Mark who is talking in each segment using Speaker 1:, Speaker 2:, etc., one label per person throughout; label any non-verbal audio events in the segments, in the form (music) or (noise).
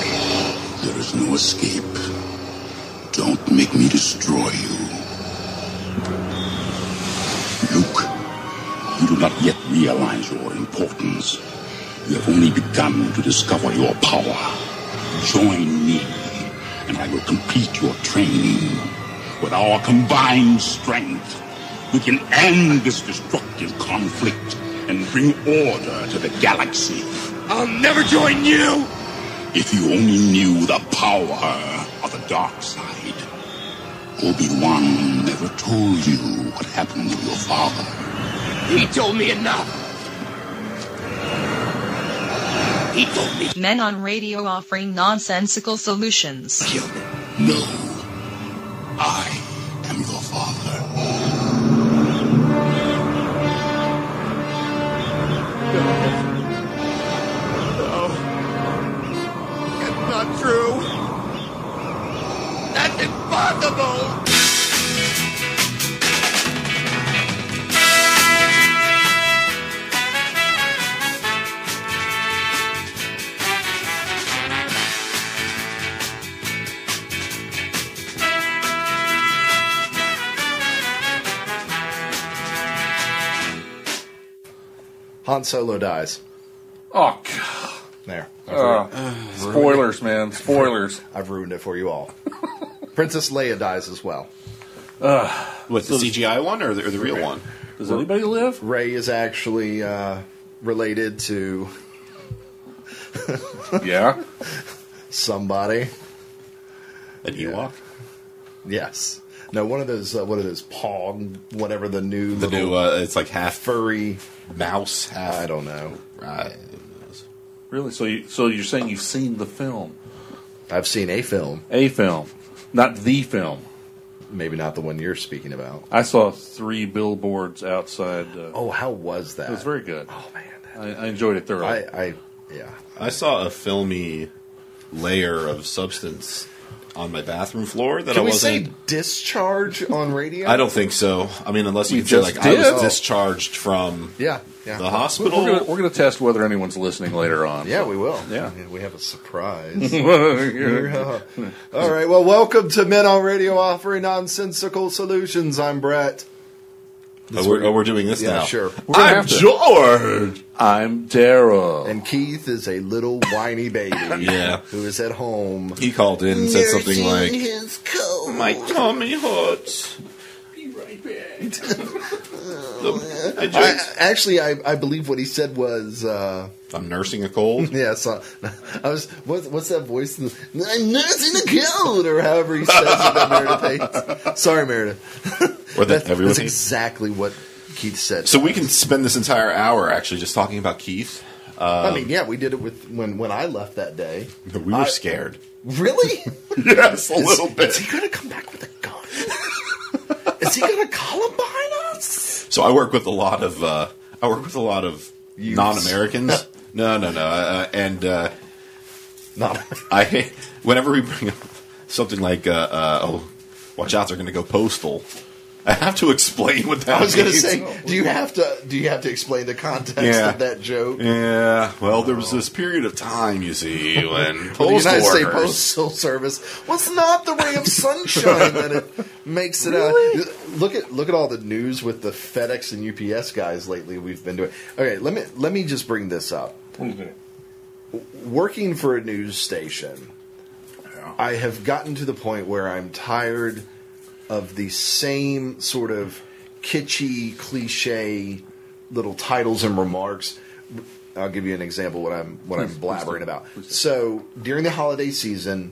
Speaker 1: There is no escape. Don't make me destroy you. Luke, you do not yet realize your importance. You have only begun to discover your power. Join me, and I will complete your training. With our combined strength, we can end this destructive conflict and bring order to the galaxy. I'll never join you! If you only knew the power of the dark side, Obi-Wan never told you what happened to your father. He told me enough. He told me
Speaker 2: Men on radio offering nonsensical solutions.
Speaker 1: kill me. No. I am your father.
Speaker 3: It's not true. That's impossible.
Speaker 4: Han Solo dies.
Speaker 5: Oh, God.
Speaker 4: There.
Speaker 6: Oh.
Speaker 5: spoilers, man. Spoilers.
Speaker 4: I've ruined it for you
Speaker 6: (laughs)
Speaker 4: all. Princess Leia dies as well.
Speaker 6: What, the CGI one or the, or the real one?
Speaker 5: Does anybody live?
Speaker 4: Ray is actually uh, related to
Speaker 5: Yeah.
Speaker 4: somebody.
Speaker 6: An Ewok?
Speaker 4: Yes. No, one of those. Uh, what are those? Pong, whatever the new
Speaker 6: The
Speaker 4: little
Speaker 6: new, uh, it's like half
Speaker 4: furry.
Speaker 6: mouse, half.
Speaker 4: I don't know.
Speaker 6: Uh,
Speaker 5: Really? So, you, so you're saying you've seen the film?
Speaker 4: I've seen a film,
Speaker 5: A film, not the film.
Speaker 4: maybe not the one you're speaking about.
Speaker 5: I saw three billboards outside. Uh,
Speaker 4: Oh, how was that?
Speaker 5: It was very good.
Speaker 4: Oh man, that-
Speaker 5: I, I enjoyed it thoroughly.
Speaker 4: I, I, yeah.
Speaker 6: I saw a filmy layer of substance on my bathroom floor that I
Speaker 4: Can we
Speaker 6: wasn't.
Speaker 4: say discharge on radio?
Speaker 6: I don't think so. I mean, unless you,
Speaker 5: You
Speaker 6: feel
Speaker 5: just
Speaker 6: like I
Speaker 5: did.
Speaker 6: was discharged from
Speaker 4: Yeah, yeah.
Speaker 6: the
Speaker 5: we're
Speaker 6: hospital.
Speaker 5: going we're to test whether anyone's listening later on.
Speaker 4: Oh. Yeah, we will.
Speaker 5: Yeah.
Speaker 4: we have a
Speaker 6: (laughs)
Speaker 4: surprise. Yeah. All right. Well, welcome to Men on Radio offering nonsensical solutions. I'm Brett.
Speaker 6: oh, we're, oh, we're doing this
Speaker 4: Yeah,
Speaker 6: now.
Speaker 4: sure.
Speaker 5: We're gonna have to.
Speaker 6: George.
Speaker 5: I'm Daryl.
Speaker 4: And Keith is a little whiny baby.
Speaker 6: (laughs) Yeah.
Speaker 4: Who is at home.
Speaker 6: He called in and said something like,
Speaker 4: his coat.
Speaker 6: "My tummy hurts." Be right back. The- I
Speaker 4: I,
Speaker 6: just-
Speaker 4: actually, I, I believe what he said was, uh,
Speaker 6: I'm nursing a
Speaker 4: (laughs)
Speaker 6: cold.
Speaker 4: yeah, so I was, what, what's that voice? in the- I'm nursing the cold, or however he says it that
Speaker 6: (laughs)
Speaker 4: Meredith hates. Sorry, Meredith.
Speaker 6: Or that
Speaker 4: That's,
Speaker 6: everyone
Speaker 4: that's
Speaker 6: hates.
Speaker 4: exactly what Keith said.
Speaker 6: So we can spend this entire hour actually just talking about Keith.
Speaker 4: I mean, yeah, we did it with when when I left that day.
Speaker 6: We were
Speaker 4: I-
Speaker 6: scared.
Speaker 4: (laughs) Really?
Speaker 6: (laughs) Yes, a little
Speaker 4: Is he gonna come back with a gun? Is he gonna Columbine us?
Speaker 6: So I work with a lot of uh, I work with a lot of
Speaker 4: (laughs)
Speaker 6: non-Americans. no, no, no, uh, and uh,
Speaker 4: No.
Speaker 6: I whenever we bring up something like uh, uh, "Oh, watch out, they're going to go postal," I have to explain what
Speaker 4: I
Speaker 6: that
Speaker 4: was gonna
Speaker 6: means. (laughs)
Speaker 4: say, (laughs) do you have to do you have to explain the context
Speaker 6: Yeah.
Speaker 4: of that joke? Oh.
Speaker 6: Yeah, well, there was this period of time,
Speaker 4: (laughs)
Speaker 6: you see,
Speaker 4: The
Speaker 6: when postal
Speaker 4: United States
Speaker 6: workers-
Speaker 4: Postal Service was not the ray of sunshine that it makes it out. Look at look at all the news with the FedEx and UPS guys lately. We've been doing. Okay, let me let me just bring this up. Working for a news station, I have gotten to the point where I'm tired of the same sort of kitschy cliche little titles and remarks. I'll give you an example of what I'm what I'm blabbering about. So during the holiday season,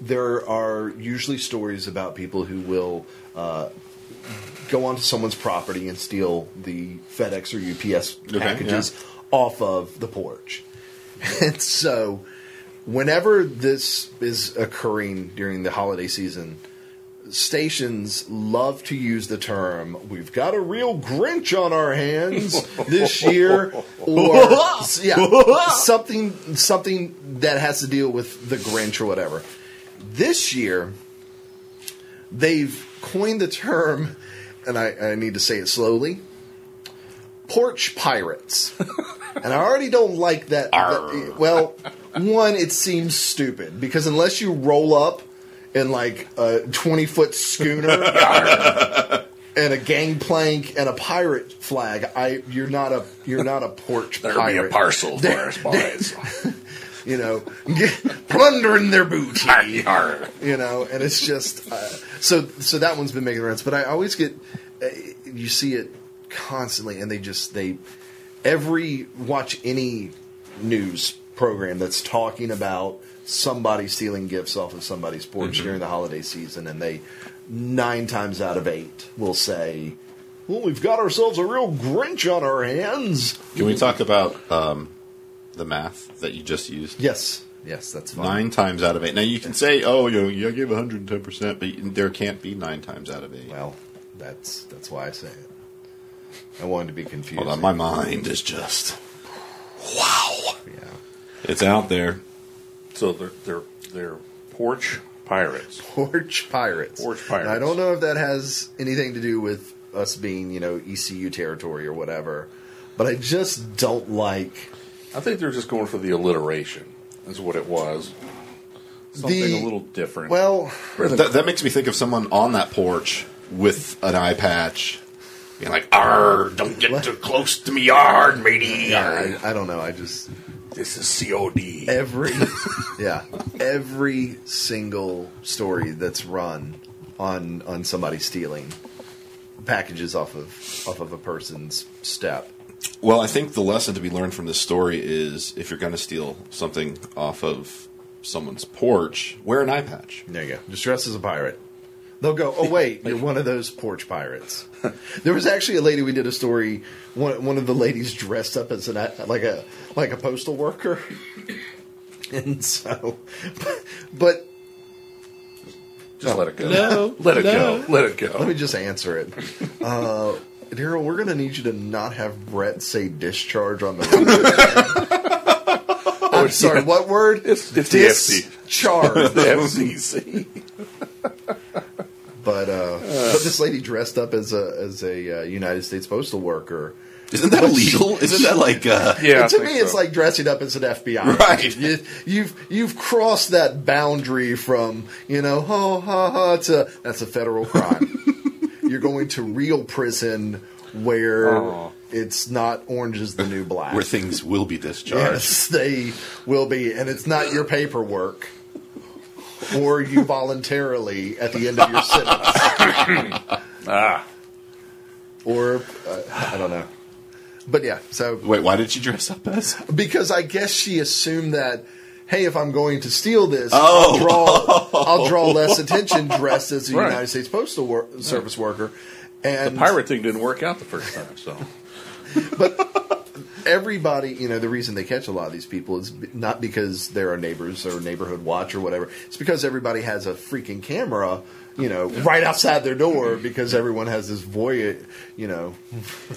Speaker 4: there are usually stories about people who will uh, go onto someone's property and steal the FedEx or UPS
Speaker 6: Okay,
Speaker 4: packages
Speaker 6: yeah.
Speaker 4: off of the porch. (laughs) And so, whenever this is occurring during the holiday season, stations love to use the term "We've got a real Grinch on our hands this year," or yeah, something something that has to deal with the Grinch or whatever. This year, they've coined the term,
Speaker 5: (laughs)
Speaker 4: and I, I need to say it slowly: porch pirates. and I already don't like that.
Speaker 6: Arr.
Speaker 4: well, one, it seems stupid because unless you roll up in like a twenty foot
Speaker 5: (laughs)
Speaker 4: schooner and a gangplank and a pirate flag, I you're not a you're not a porch
Speaker 5: There'll
Speaker 4: pirate.
Speaker 5: be
Speaker 4: (laughs)
Speaker 5: a parcel for us boys.
Speaker 4: you know, (laughs) plundering their booty.
Speaker 5: Arr.
Speaker 4: you know, and it's just uh, so so that one's been making rounds. But I always get uh, you see it constantly, and they just they every watch any news program that's talking about somebody stealing gifts off of somebody's porch during the holiday season, and they nine times out of eight will say. Well, we've got ourselves a real Grinch on our hands.
Speaker 6: Can we talk about um, the math that you just used?
Speaker 4: Yes, yes, that's fine.
Speaker 6: Nine times out of eight. Now you can say, "Oh, you know, yeah, I gave 110 percent," but there can't be nine times out of eight.
Speaker 4: Well, that's that's why I say it. I wanted to be confused.
Speaker 6: Hold on, my mind is just
Speaker 4: Yeah.
Speaker 6: it's out there.
Speaker 5: So they're they're they're porch pirates.
Speaker 4: Porch pirates.
Speaker 5: Porch pirates.
Speaker 4: Now, I don't know if that has anything to do with us being, you know, ECU territory or whatever, but I just don't like
Speaker 5: I think they're just going for the alliteration. Is what it was. Something
Speaker 4: The-
Speaker 5: a little different.
Speaker 4: well,
Speaker 6: That, that makes me think of someone on that porch with an eye patch, being like, "Arr, don't get too close to me, yard, matey."
Speaker 4: I, I don't know. I just
Speaker 5: this is COD.
Speaker 4: every yeah, every single story that's run on on somebody stealing packages off of off of a person's step.
Speaker 6: Well, I think the lesson to be learned from this story is if you're going to steal something off of someone's porch, wear an eye patch.
Speaker 4: There you go. Just dress as a pirate. They'll go, oh,
Speaker 5: (laughs)
Speaker 4: wait, you're one of those porch pirates. (laughs) there was actually a lady we did a story, one, one of the ladies dressed up as an, like a, like a postal worker. (laughs) and so, (laughs) but
Speaker 5: Just let it go.
Speaker 6: No,
Speaker 5: (laughs) let it
Speaker 6: no.
Speaker 5: go. Let it go.
Speaker 4: let (laughs) me just answer it. Uh, Daryl, we're going to need you to not have Brett say discharge on
Speaker 5: (laughs)
Speaker 4: the Oh, sorry, what word?
Speaker 5: It's- it's the FC.
Speaker 4: discharge. (laughs)
Speaker 5: (laughs) The FCC.
Speaker 4: But, uh, but this lady dressed up as a as a uh, United States postal worker.
Speaker 6: Isn't that illegal? Isn't that like uh,
Speaker 5: Yeah,
Speaker 4: to
Speaker 5: I think
Speaker 4: me, it's
Speaker 5: so.
Speaker 4: like dressing up as an
Speaker 5: (laughs)
Speaker 4: FBI.
Speaker 6: Right.
Speaker 4: You, you've you've crossed that boundary from you know ha ha ha to that's a federal
Speaker 5: (laughs)
Speaker 4: crime. You're going to real prison where
Speaker 5: Aw.
Speaker 4: it's not orange is the new black.
Speaker 6: where things will be discharged?
Speaker 4: yes, (laughs) they will be, and it's not your paperwork. Or you voluntarily at the end of your sentence.
Speaker 5: (laughs) Ah,
Speaker 4: or uh, I don't know. But yeah, so
Speaker 6: Wait, why did you dress up as?
Speaker 4: because I guess she assumed that hey, if I'm going to steal this,
Speaker 6: Oh.
Speaker 4: I'll
Speaker 5: (laughs)
Speaker 4: draw I'll draw less attention dressed as a
Speaker 5: Right.
Speaker 4: United States Postal wor- Service worker. And
Speaker 5: pirate thing didn't work out the first time. So
Speaker 4: everybody, you know, the reason they catch a lot of these people is b- not because they're our neighbors or neighborhood watch or whatever. It's because everybody has a freaking camera, you know, right outside their door because everyone has this voyeur, you know,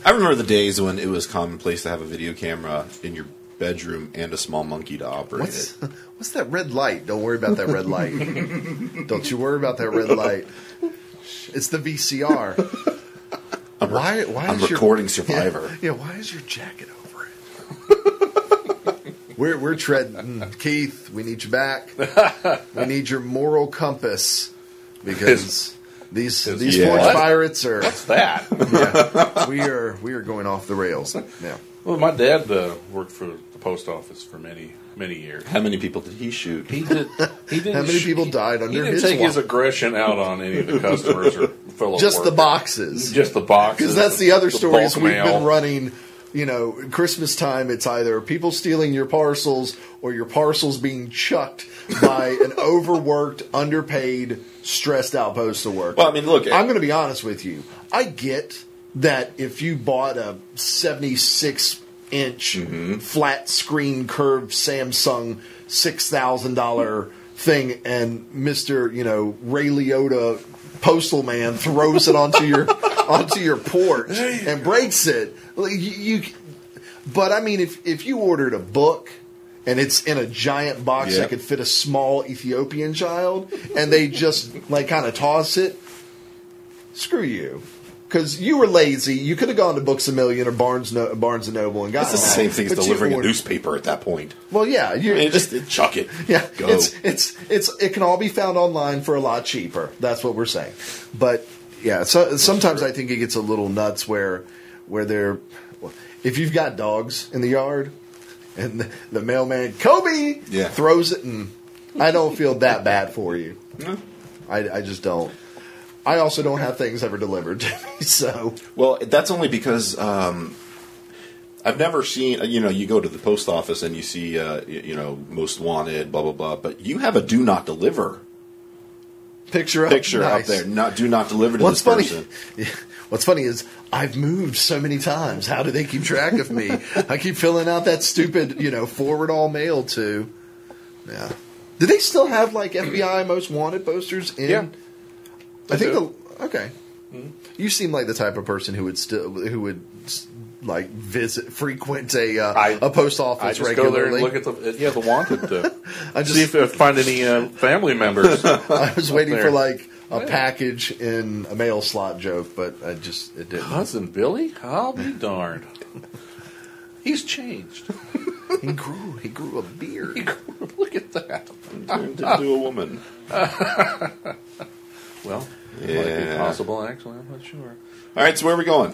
Speaker 6: I remember the days when it was commonplace to have a video camera in your bedroom and a small monkey to operate
Speaker 4: What's, (laughs)
Speaker 6: it.
Speaker 4: what's that red light? Don't worry about that red light.
Speaker 6: (laughs)
Speaker 4: Don't you worry about that red light. It's the VCR. why? Why
Speaker 6: I'm
Speaker 4: is your-
Speaker 6: recording Survivor.
Speaker 4: (laughs) Yeah, yeah, why is your jacket over it? (laughs) we're we're treading, Keith. We need you back. We need your moral compass because these these
Speaker 6: Yeah.
Speaker 4: porch
Speaker 6: What?
Speaker 4: pirates are. (laughs)
Speaker 5: what's that?
Speaker 4: Yeah, we are we are going off the rails. Yeah.
Speaker 5: Well, my dad uh, worked for the post office for many many years.
Speaker 6: How many people did he shoot?
Speaker 5: He did. He didn't.
Speaker 4: How many
Speaker 5: sh-
Speaker 4: people
Speaker 5: he-
Speaker 4: died
Speaker 5: He
Speaker 4: under
Speaker 5: didn't
Speaker 4: his
Speaker 5: take his
Speaker 4: watch?
Speaker 5: aggression out on any of the customers
Speaker 4: (laughs)
Speaker 5: or fellow.
Speaker 4: Just the
Speaker 5: workers.
Speaker 4: boxes.
Speaker 5: Just the box.
Speaker 4: Because that's the other stories we've been
Speaker 5: running.
Speaker 4: running. You know, Christmas time, it's either people stealing your parcels or your parcels being chucked by an (laughs) overworked, underpaid, stressed out postal worker.
Speaker 6: Well, I mean, look,
Speaker 4: I'm going to be honest with you. I get that if you bought a 76 inch flat screen curved Samsung $6,000 thing and Mr. you know Ray Liotta postal man throws it onto your (laughs) onto your porch and breaks it Like, you, you but I mean if if you ordered a book and it's in a giant box
Speaker 6: Yeah.
Speaker 4: that could fit a small Ethiopian child and they just like kind of toss it screw you. because you were lazy. You could have gone to Books a Million or Barnes no- Barnes and Noble and got
Speaker 6: It's the
Speaker 4: all that,
Speaker 6: same thing as
Speaker 4: Oh, but you
Speaker 6: delivering a
Speaker 4: ordered-
Speaker 6: newspaper at that point.
Speaker 4: Well, yeah,
Speaker 6: I
Speaker 4: you
Speaker 6: mean, just chuck it.
Speaker 4: yeah,
Speaker 6: go.
Speaker 4: it's it's it's it can all be found online for a lot cheaper. That's what we're saying. But yeah, so sometimes I think it gets a little nuts where where they're if you've got dogs in the yard and the, the mailman Kobe
Speaker 6: Yeah.
Speaker 4: throws it, and I don't feel that bad for you. I, I just don't. I also don't have things ever delivered to me, (laughs) so
Speaker 6: Well, that's only because um, I've never seen. You know, you go to the post office and you see, uh, y- you know, most wanted, blah blah blah. But you have a do not deliver
Speaker 4: picture up,
Speaker 6: picture up
Speaker 4: Oh, nice.
Speaker 6: there. Not do not deliver to
Speaker 4: What's
Speaker 6: this
Speaker 4: funny?
Speaker 6: person.
Speaker 4: (laughs) What's funny is I've moved so many times. How do they keep track of me? I keep filling out that stupid, you know, forward all mail to. Yeah. Do they still have like FBI most wanted posters in?
Speaker 5: Yeah.
Speaker 4: I think
Speaker 5: do. Mm-hmm.
Speaker 4: the okay. You seem like the type of person who would still who would s- like visit frequent a uh,
Speaker 5: I-
Speaker 4: a post
Speaker 5: I
Speaker 4: office
Speaker 5: just
Speaker 4: regularly.
Speaker 5: go there and look at the yeah the wanted
Speaker 4: (laughs)
Speaker 5: to
Speaker 4: I
Speaker 5: see if
Speaker 4: just
Speaker 5: I find any uh,
Speaker 4: (laughs)
Speaker 5: family members.
Speaker 4: I was waiting
Speaker 5: there.
Speaker 4: for like a
Speaker 5: Yeah.
Speaker 4: package in a mail slot joke, but I just it didn't.
Speaker 5: Cousin Billy, I'll be darned. He's changed. (laughs)
Speaker 4: He grew he grew a beard.
Speaker 5: Look at that.
Speaker 6: Turned into a woman.
Speaker 5: Well, it might be
Speaker 6: Yeah.
Speaker 5: possible. Actually, I'm not sure.
Speaker 6: All right, so where are we going?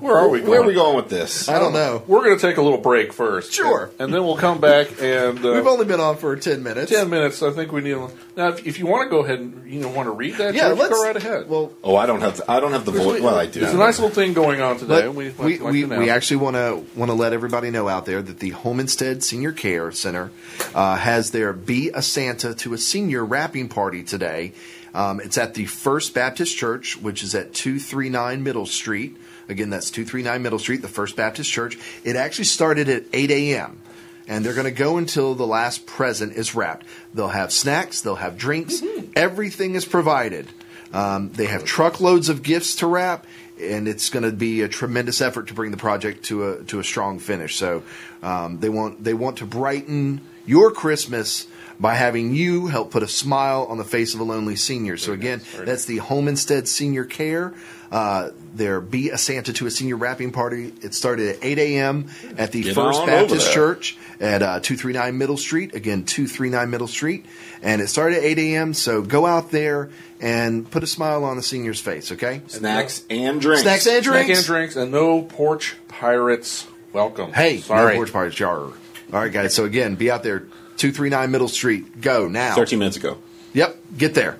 Speaker 5: Where are we? Going?
Speaker 6: Where are we going with this?
Speaker 4: I don't know.
Speaker 5: We're going to take a little break first.
Speaker 4: Sure.
Speaker 5: And, and then we'll come back and uh,
Speaker 4: We've only been on for ten minutes.
Speaker 5: ten minutes. I think we need. a- Now, if, if you want to go ahead and you know want to read that,
Speaker 4: yeah,
Speaker 5: George,
Speaker 4: let's
Speaker 5: go right ahead.
Speaker 4: Well,
Speaker 6: Oh, I don't have. The, I don't have the voice. Well, I do.
Speaker 5: There's a nice little thing going on today.
Speaker 4: let,
Speaker 5: and
Speaker 4: we
Speaker 5: we
Speaker 4: we, we,
Speaker 5: actually.
Speaker 4: actually want to want to let everybody know out there that the Homestead Senior Care Center uh, has their "Be a Santa to a Senior" wrapping party today. Um, it's at the First Baptist Church, which is at two three nine Middle Street. Again, that's two three nine Middle Street, the First Baptist Church. It actually started at eight a.m. and they're going to go until the last present is wrapped. They'll have snacks, they'll have drinks,
Speaker 6: Mm-hmm.
Speaker 4: everything is provided. Um, they have truckloads of gifts to wrap, and it's going to be a tremendous effort to bring the project to a to a strong finish. So um, they want they want to brighten your Christmas by having you help put a smile on the face of a lonely senior. So again, that's the Home Instead Senior Care. Uh, there be a Santa to a senior wrapping party. It started at 8 a.m. at the
Speaker 6: Get
Speaker 4: First
Speaker 6: on over
Speaker 4: Baptist
Speaker 6: there.
Speaker 4: Church at uh, 239 Middle Street. Again, 239 Middle Street. And it started at 8 a.m. So go out there and put a smile on the senior's face, okay?
Speaker 6: snacks and drinks.
Speaker 4: Snacks and
Speaker 5: Snack
Speaker 4: drinks.
Speaker 5: and drinks, and no porch pirates welcome.
Speaker 4: Hey,
Speaker 5: sorry.
Speaker 4: no porch parties, jar. All right, guys. So again, be out there, two three nine Middle Street. Go now.
Speaker 6: Thirteen minutes ago.
Speaker 4: Yep, get there.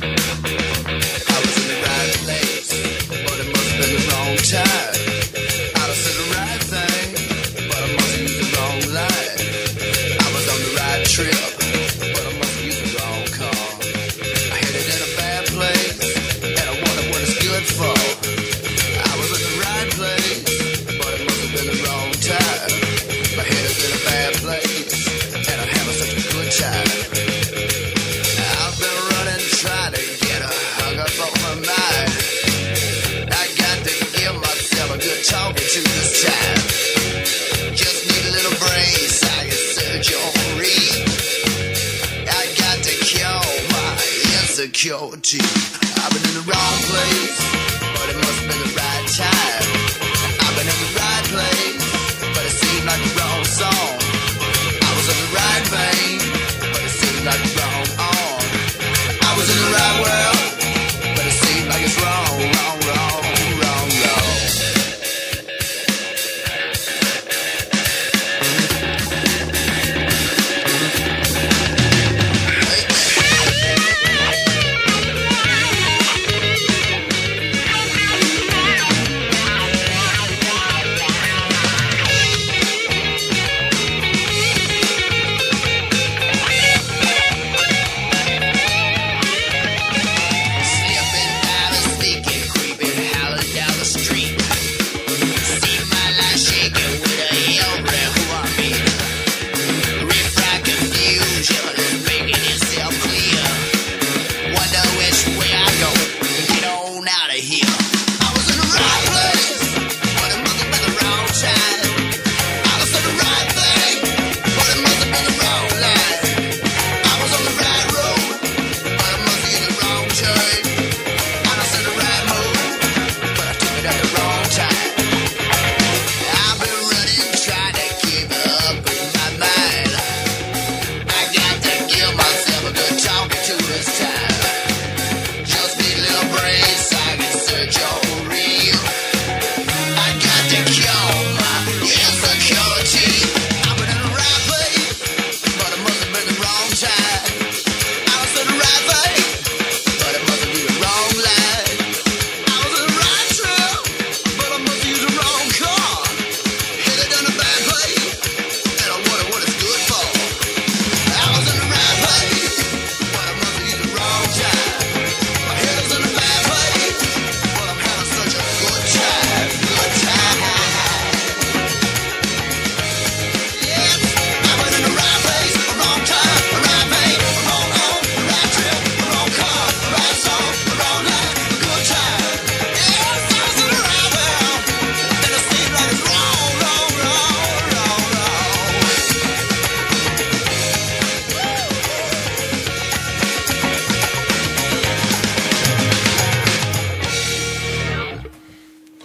Speaker 7: I was in the right place, but it must have been the wrong time. I done said the right thing, but I must have used the wrong line. I was on the right trip, but I must have used the wrong car. I headed in a bad place, and I wonder what it's good for. I was in the right place, but it must have been the wrong time. My head is in a bad place, and I'm having such a good time. I've been running, trying to get a hug up on my mind. I got to give myself a good talking to this time. Just need a little brain science surgery. I got to kill my insecurity. I've been in the wrong place, but it must have been the right time. I've been in the right place, but it seemed like the wrong song. I was in the right vein, but it seemed like the wrong arm. I was in the right world, but it seemed like it's wrong, wrong, wrong, wrong, wrong.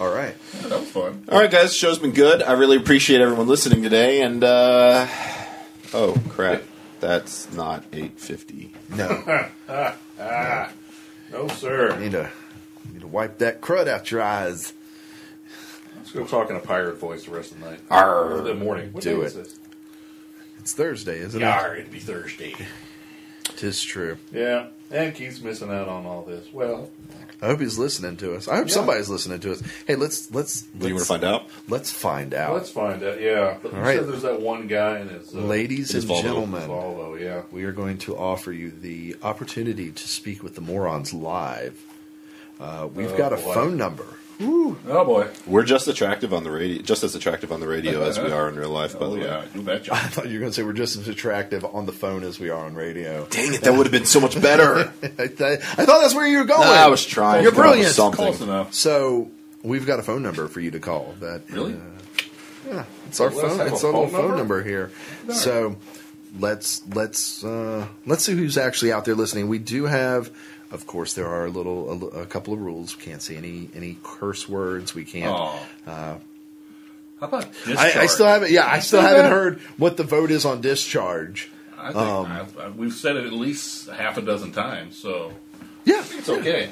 Speaker 6: All right, guys, the show's been good. I really appreciate everyone listening today. And uh, oh crap, that's not eight fifty.
Speaker 4: No,
Speaker 5: No, sir.
Speaker 4: need to need to wipe that crud out your eyes.
Speaker 5: Let's go talk in a pirate voice the rest of the night.
Speaker 6: Arr,
Speaker 5: Or the morning. What
Speaker 6: do
Speaker 5: day
Speaker 6: it.
Speaker 5: is this?
Speaker 4: It's Thursday, isn't
Speaker 5: Yar, it'd be Thursday.
Speaker 4: it? Tis true.
Speaker 5: Yeah. And Keith's missing out on all this. Well,
Speaker 4: I hope he's listening to us. I hope
Speaker 5: Yeah.
Speaker 4: somebody's listening to us. Hey, let's let's
Speaker 6: Do
Speaker 4: let's,
Speaker 6: you want to find out?
Speaker 4: let's find out,
Speaker 5: let's find out. Yeah. But you
Speaker 4: All right.
Speaker 5: said there's that one guy in his uh,
Speaker 4: ladies
Speaker 6: It is
Speaker 4: and
Speaker 6: Volvo.
Speaker 4: gentlemen.
Speaker 5: Volvo, yeah.
Speaker 4: We are going to offer you the opportunity to speak with the morons live. Uh, we've
Speaker 5: Oh,
Speaker 4: got a
Speaker 5: boy.
Speaker 4: phone number.
Speaker 5: Oh, boy.
Speaker 6: We're just attractive on the radio, just as attractive on the radio as we are in real life. By the way,
Speaker 5: Oh, you
Speaker 4: (laughs)
Speaker 5: betcha.
Speaker 4: I thought you were going to say we're just as attractive on the phone as we are on radio.
Speaker 6: dang it, that would have been so much (laughs) better.
Speaker 4: (laughs) I, th- I thought that's where you were going.
Speaker 6: Nah, I was trying.
Speaker 4: You're
Speaker 6: to come up with
Speaker 4: brilliant.
Speaker 5: Close
Speaker 6: Something.
Speaker 5: enough.
Speaker 4: So we've got a phone number for you to call. That
Speaker 5: Really?
Speaker 4: uh, yeah, it's our
Speaker 5: Let us
Speaker 4: phone.
Speaker 5: have
Speaker 4: It's
Speaker 5: a
Speaker 4: our little
Speaker 5: phone
Speaker 4: phone
Speaker 5: number?
Speaker 4: number here. So let's let's uh, let's see who's actually out there listening. We do have, of course, there are a little a, li- a couple of rules. We can't say any any curse words. We can't.
Speaker 5: Oh. How about
Speaker 4: Uh, I, I still
Speaker 5: discharge?
Speaker 4: haven't. Yeah, I
Speaker 5: (laughs)
Speaker 4: still
Speaker 5: Say
Speaker 4: haven't
Speaker 5: that.
Speaker 4: heard what the vote is on discharge.
Speaker 5: I think
Speaker 4: um,
Speaker 5: I, I, we've said it at least half a dozen times, so
Speaker 4: Yeah,
Speaker 5: it's okay.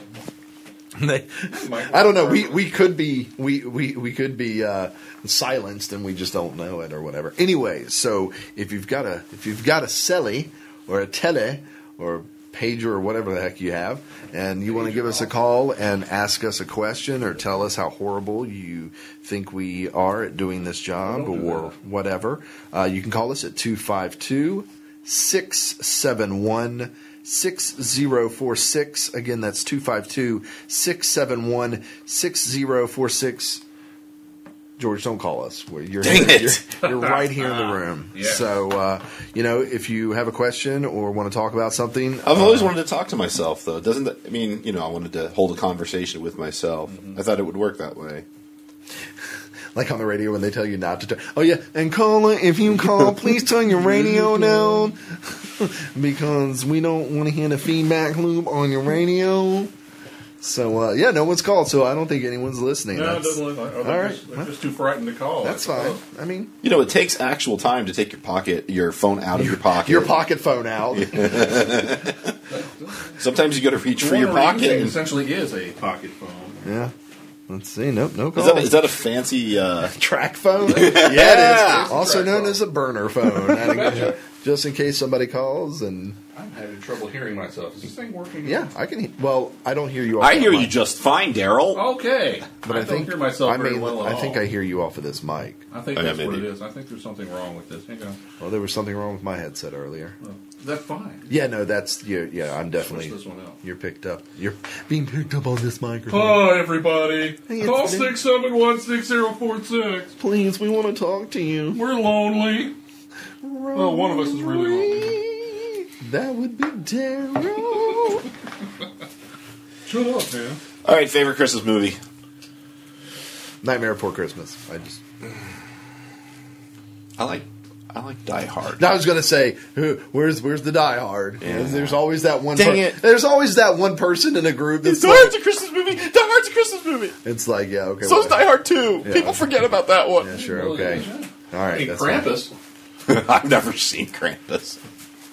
Speaker 4: They- I don't know. We we could be we we we could be uh, silenced and we just don't know it or whatever. Anyway, so if you've got a if you've got a celly or a tele or pager or whatever the heck you have, and you want to give us a call and ask us a question or tell us how horrible you think we are at doing this job
Speaker 5: Don't do
Speaker 4: or whatever, uh, you can call us at 252 671 6046. Again, that's 252 671 6046. George, don't call us. We're, you're,
Speaker 6: Dang
Speaker 4: here-
Speaker 6: it.
Speaker 4: You're, you're right here in the room.
Speaker 5: Yeah.
Speaker 4: So, uh, you know, if you have a question or want to talk about something, uh,
Speaker 6: I've always wanted to talk to myself, though. Doesn't that, I mean, you know, I wanted to hold a conversation with myself. I thought it would work that way.
Speaker 4: like on the radio when they tell you not to. T- oh yeah, and caller, if you call, please turn your radio down (laughs) because we don't want to hear the feedback loop on your radio. So uh, yeah, no one's called, so I don't think anyone's listening.
Speaker 5: No, it
Speaker 4: that's,
Speaker 5: doesn't look like. All
Speaker 4: All
Speaker 5: right,
Speaker 4: right.
Speaker 5: just, they're just too frightened to call.
Speaker 4: that's
Speaker 5: I
Speaker 4: fine.
Speaker 5: suppose.
Speaker 4: I mean,
Speaker 6: You know, it takes actual time to take your pocket, your phone out of your pocket.
Speaker 4: your pocket phone out.
Speaker 6: Sometimes you got to reach for your
Speaker 5: One reason it
Speaker 6: pocket. Is
Speaker 5: essentially is a pocket phone.
Speaker 4: Yeah. Let's see. Nope, no calls.
Speaker 6: that, is that a fancy? Uh,
Speaker 4: track phone? (laughs) yeah, it
Speaker 5: It's
Speaker 4: is.
Speaker 5: a
Speaker 4: Also
Speaker 5: track
Speaker 4: known
Speaker 5: phone.
Speaker 4: as a burner phone. That'll get you- Just in case somebody calls, and
Speaker 5: I'm having trouble hearing myself. Is this thing working?
Speaker 4: yeah, I can. He- well, I don't hear you. off
Speaker 6: I
Speaker 4: that
Speaker 6: hear
Speaker 4: mic.
Speaker 6: you just fine, Daryl.
Speaker 5: Okay.
Speaker 4: But I,
Speaker 5: don't
Speaker 4: think
Speaker 5: hear myself
Speaker 4: I
Speaker 5: very
Speaker 4: mean,
Speaker 5: well at
Speaker 4: I think
Speaker 5: all.
Speaker 4: I hear you off of this mic.
Speaker 5: I think
Speaker 6: Okay,
Speaker 5: that's what it
Speaker 6: maybe.
Speaker 5: is. I think there's something wrong with this. Hang on.
Speaker 4: Well, there was something wrong with my headset earlier.
Speaker 5: Oh, That's fine.
Speaker 4: Yeah, no, that's yeah, yeah. I'm definitely
Speaker 5: this one out.
Speaker 4: you're picked up. You're being picked up on this microphone.
Speaker 5: Hi, everybody.
Speaker 4: Hey,
Speaker 5: Call
Speaker 4: it's been-
Speaker 5: 671 6046.
Speaker 4: Please, we want to talk to you.
Speaker 5: We're lonely. Oh, one of us is really lonely.
Speaker 4: That would be Daryl.
Speaker 5: Shut up, man.
Speaker 6: All right, favorite Christmas movie.
Speaker 4: (laughs) Nightmare Before Christmas. I just.
Speaker 6: I like. I like Die Hard.
Speaker 4: I was gonna say, who, where's where's the Die Hard?
Speaker 6: Yeah.
Speaker 4: There's always that one.
Speaker 6: Dang it.
Speaker 4: There's always that one person in a group that's
Speaker 6: Die
Speaker 4: like,
Speaker 6: Hard's a Christmas movie. Die Hard's a Christmas movie.
Speaker 4: it's like, yeah, okay.
Speaker 6: So's
Speaker 4: whatever.
Speaker 6: Die Hard Two.
Speaker 4: Yeah.
Speaker 6: People forget about that one.
Speaker 4: Yeah, sure, okay, all right.
Speaker 5: Hey,
Speaker 4: that's fine.
Speaker 5: Krampus.
Speaker 6: (laughs) I've never seen Krampus.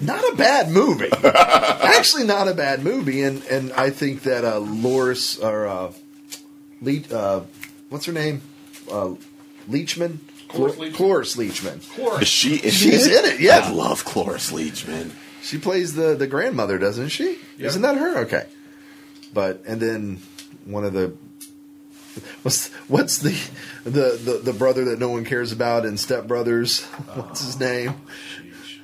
Speaker 4: not a bad movie. (laughs) Actually, not a bad movie, and and I think that uh, Loris or uh, Le- uh, what's her name, uh, Leachman,
Speaker 5: Cloris
Speaker 4: Clo-
Speaker 5: Leachman.
Speaker 4: Cloris Leachman.
Speaker 6: Is she? Is
Speaker 4: She's
Speaker 6: she
Speaker 4: in it, yeah.
Speaker 6: I love Cloris Leachman.
Speaker 4: She plays the the grandmother, doesn't she?
Speaker 5: Yeah.
Speaker 4: Isn't that her? Okay, but and then one of the. What's what's the, the the the brother that no one cares about in Step Brothers? (laughs) What's
Speaker 5: Uh.
Speaker 4: his name?
Speaker 5: Sheesh.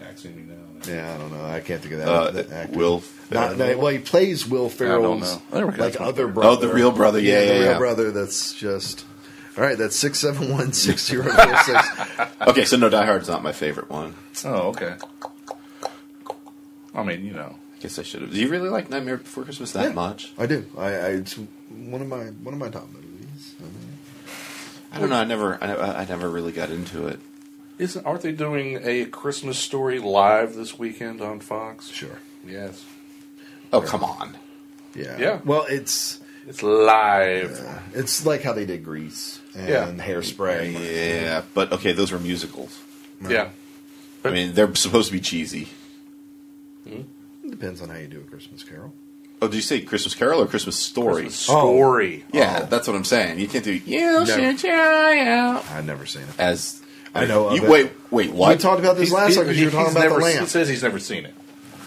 Speaker 5: Taxing me now. man.
Speaker 4: Yeah, I don't know. I can't think of that.
Speaker 6: Uh,
Speaker 4: that actor.
Speaker 6: Will
Speaker 4: Not, no,
Speaker 6: Ferrell?
Speaker 4: well, he plays Will Ferrell's
Speaker 6: know. I never got
Speaker 4: like
Speaker 6: to-
Speaker 4: other
Speaker 6: Oh,
Speaker 4: brother.
Speaker 6: the real brother. Yeah,
Speaker 4: the
Speaker 6: yeah,
Speaker 4: real
Speaker 6: yeah.
Speaker 4: brother. That's just all right. That's six seven one six zero four
Speaker 6: (laughs)
Speaker 4: six.
Speaker 6: Okay, so no, Die Hard's not my favorite one.
Speaker 5: Oh, okay. I mean, you know.
Speaker 6: I guess I should have. Do you really like Nightmare Before Christmas that much?
Speaker 4: I do. I, I it's one of my one of my top movies. I mean,
Speaker 6: I don't know. I never, I, I I never really got into it.
Speaker 5: Isn't aren't they doing a Christmas story live this weekend on Fox?
Speaker 4: Sure.
Speaker 5: Yes.
Speaker 6: Oh come on!
Speaker 4: Yeah.
Speaker 5: Yeah.
Speaker 4: Well, it's uh,
Speaker 5: It's live.
Speaker 4: It's like how they did Grease and
Speaker 5: Yeah.
Speaker 4: Hairspray.
Speaker 6: Yeah, but okay, those were musicals.
Speaker 5: Yeah.
Speaker 6: I mean, they're supposed to be cheesy.
Speaker 4: Depends on how you do a Christmas Carol.
Speaker 6: Oh, did you say Christmas Carol or Christmas Story? Oh.
Speaker 5: Christmas Story.
Speaker 6: Yeah, that's what I'm saying. You can't do you
Speaker 4: Oh. No.
Speaker 6: should try out
Speaker 4: I've never seen it.
Speaker 6: as
Speaker 4: I know of
Speaker 6: You,
Speaker 4: it.
Speaker 6: wait, wait, what?
Speaker 4: We talked about this last time because you were talking
Speaker 5: he's
Speaker 4: about the
Speaker 5: never se-
Speaker 4: lamp.
Speaker 5: says he's never seen it.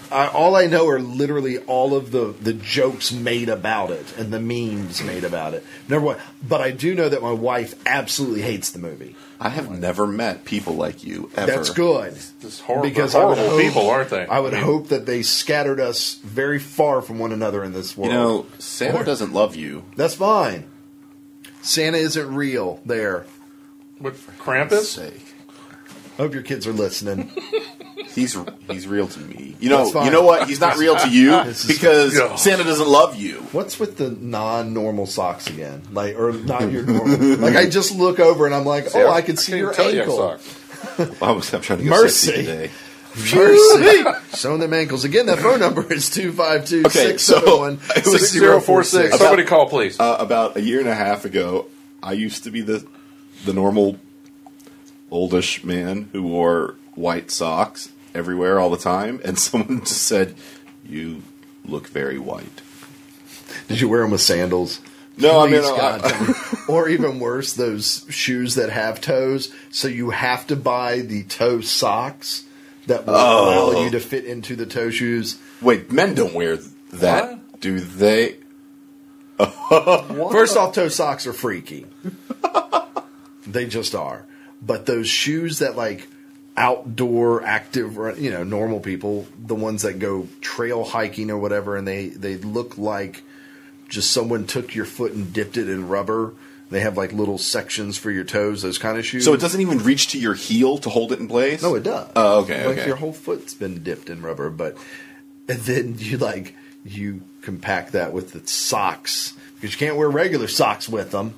Speaker 4: I, all I know are literally all of the, the jokes made about it and the memes made about it. Number one, but I do know that my wife absolutely hates the movie.
Speaker 6: I have never met people like you ever.
Speaker 4: That's good.
Speaker 5: It's horrible,
Speaker 4: Because I would
Speaker 5: horrible
Speaker 4: hope-
Speaker 5: people, aren't they?
Speaker 4: I would
Speaker 5: mean,
Speaker 4: hope that they scattered us very far from one another in this
Speaker 6: You
Speaker 4: world.
Speaker 6: know, Santa doesn't love you.
Speaker 4: That's fine. Santa isn't real there.
Speaker 5: What, Krampus?
Speaker 6: Sake.
Speaker 4: Hope your kids are
Speaker 6: (laughs)
Speaker 4: listening.
Speaker 6: He's he's real to me. You
Speaker 4: That's
Speaker 6: know,
Speaker 4: fine.
Speaker 6: you know what? He's not real to you
Speaker 4: (laughs) This is-
Speaker 6: because
Speaker 5: Yeah.
Speaker 6: Santa doesn't love you.
Speaker 4: What's with the non-normal socks again? Like, or not your normal? like, I just look over and I'm like, oh, I can see
Speaker 5: can't even
Speaker 4: your
Speaker 5: tell you I
Speaker 4: ankle.
Speaker 5: suck.
Speaker 6: I was, I'm trying to get
Speaker 4: Mercy.
Speaker 6: sexy today.
Speaker 4: Mercy. (laughs) Showing them ankles again. That phone number is two five two
Speaker 6: Okay,
Speaker 4: six
Speaker 6: so
Speaker 4: seven one
Speaker 6: it was
Speaker 4: six zero four
Speaker 5: 046.
Speaker 4: six.
Speaker 5: Somebody call, please.
Speaker 6: Uh, about a year and a half ago, I used to be the the normal oldish man who wore white socks everywhere all the time, and (laughs) someone just said, "You look very white."
Speaker 4: Did you wear them with sandals?
Speaker 6: No, I mean,
Speaker 4: Please,
Speaker 6: I-
Speaker 4: God, tell me. or even worse, those shoes that have toes. So you have to buy the toe socks that will
Speaker 6: Oh.
Speaker 4: allow you to fit into the toe shoes.
Speaker 6: Wait, men don't wear that,
Speaker 5: What?
Speaker 6: do they?
Speaker 4: First off, toe socks are freaky.
Speaker 6: (laughs)
Speaker 4: they just are. But those shoes that like outdoor active, or, you know, normal people, the ones that go trail hiking or whatever, and they they look like just someone took your foot and dipped it in rubber. They have like little sections for your toes, those kind of shoes.
Speaker 6: So it doesn't even reach to your heel to hold it in place.
Speaker 4: No, it does.
Speaker 6: Oh, okay,
Speaker 4: Like
Speaker 6: okay.
Speaker 4: your whole foot's been dipped in rubber, but and then you like you compact that with the socks because you can't wear regular socks with them.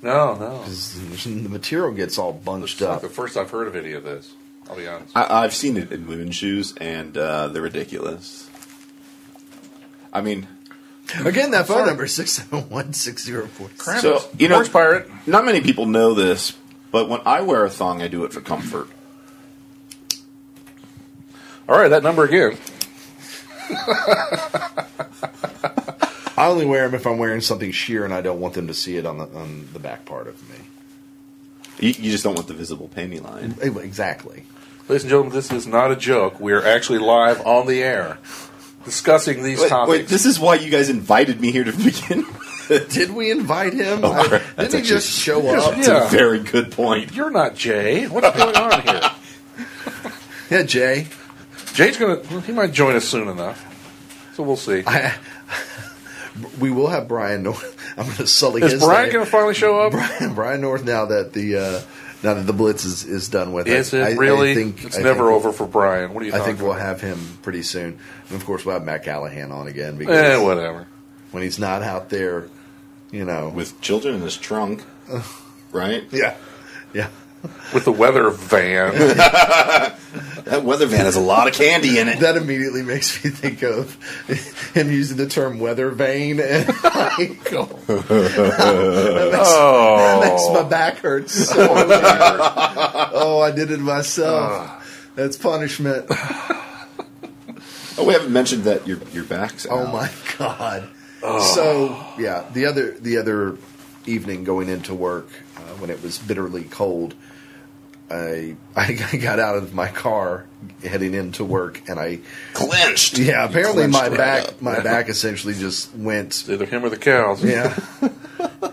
Speaker 5: no, no.
Speaker 4: 'cause (laughs) The material gets all bunched
Speaker 5: It's not
Speaker 4: up.
Speaker 5: the first I've heard of any of this. I'll be honest.
Speaker 6: uh, I, I've seen it in women's shoes, and uh, they're ridiculous. I mean,
Speaker 4: (laughs) Again, that phone number is six seven one six zero four.
Speaker 6: So, you know-
Speaker 5: Horse pirate.
Speaker 6: not many people know this, but when I wear a thong, I do it for comfort.
Speaker 5: All right, that number again.
Speaker 4: I only wear them if I'm wearing something sheer and I don't want them to see it on the on the back part of me.
Speaker 6: You, you just don't want the visible panty line.
Speaker 4: Eh, Exactly.
Speaker 5: Ladies and gentlemen, this is not a joke. We are actually live on the air discussing these
Speaker 6: Wait,
Speaker 5: topics.
Speaker 6: wait, this is why you guys invited me here to begin. (laughs) with.
Speaker 4: Did we invite him?
Speaker 5: (laughs)
Speaker 6: crap.
Speaker 4: I-
Speaker 6: That's
Speaker 4: didn't he
Speaker 6: actually-
Speaker 4: just (laughs) show up?
Speaker 6: That's
Speaker 5: Oh, Yeah.
Speaker 6: a very good point.
Speaker 5: You're not Jay. What's going on here?
Speaker 4: (laughs) Yeah, Jay.
Speaker 5: Jay's gonna. well, He might join us soon enough. So we'll see.
Speaker 4: I, (laughs) we will have Brian North. I'm going to sully
Speaker 5: Is
Speaker 4: his
Speaker 5: Brian
Speaker 4: name.
Speaker 5: gonna finally show
Speaker 4: (laughs)
Speaker 5: up?
Speaker 4: Brian, Brian North now that the uh, now that the blitz is, is done with.
Speaker 5: Is it
Speaker 4: I- I
Speaker 5: really?
Speaker 4: think-
Speaker 5: it's
Speaker 4: I
Speaker 5: never
Speaker 4: think-
Speaker 5: over for Brian. What do you
Speaker 4: I
Speaker 5: think?
Speaker 4: think we'll have him pretty soon, and of course we'll have Matt Callahan on again because
Speaker 5: Eh, whatever.
Speaker 4: when he's not out there, you know,
Speaker 6: With children in his trunk, right?
Speaker 4: yeah, yeah.
Speaker 5: With the weather
Speaker 4: (laughs)
Speaker 5: van.
Speaker 6: That weather van has a lot of candy in it.
Speaker 4: That immediately makes me think of him using the term weather vane, and like, oh, that makes
Speaker 5: oh,
Speaker 4: That makes my back hurt so bad. Oh, I did it myself. That's punishment.
Speaker 6: Oh, we haven't mentioned that your your back's
Speaker 4: Oh
Speaker 6: out.
Speaker 4: my god. So yeah, the other the other evening going into work uh, when it was bitterly cold, I I got out of my car heading into work and I
Speaker 6: Clenched.
Speaker 4: yeah
Speaker 6: You
Speaker 4: apparently my
Speaker 6: clenched right
Speaker 4: back
Speaker 6: up.
Speaker 4: my back essentially just went
Speaker 5: it's either him or the cows.
Speaker 4: Yeah. (laughs)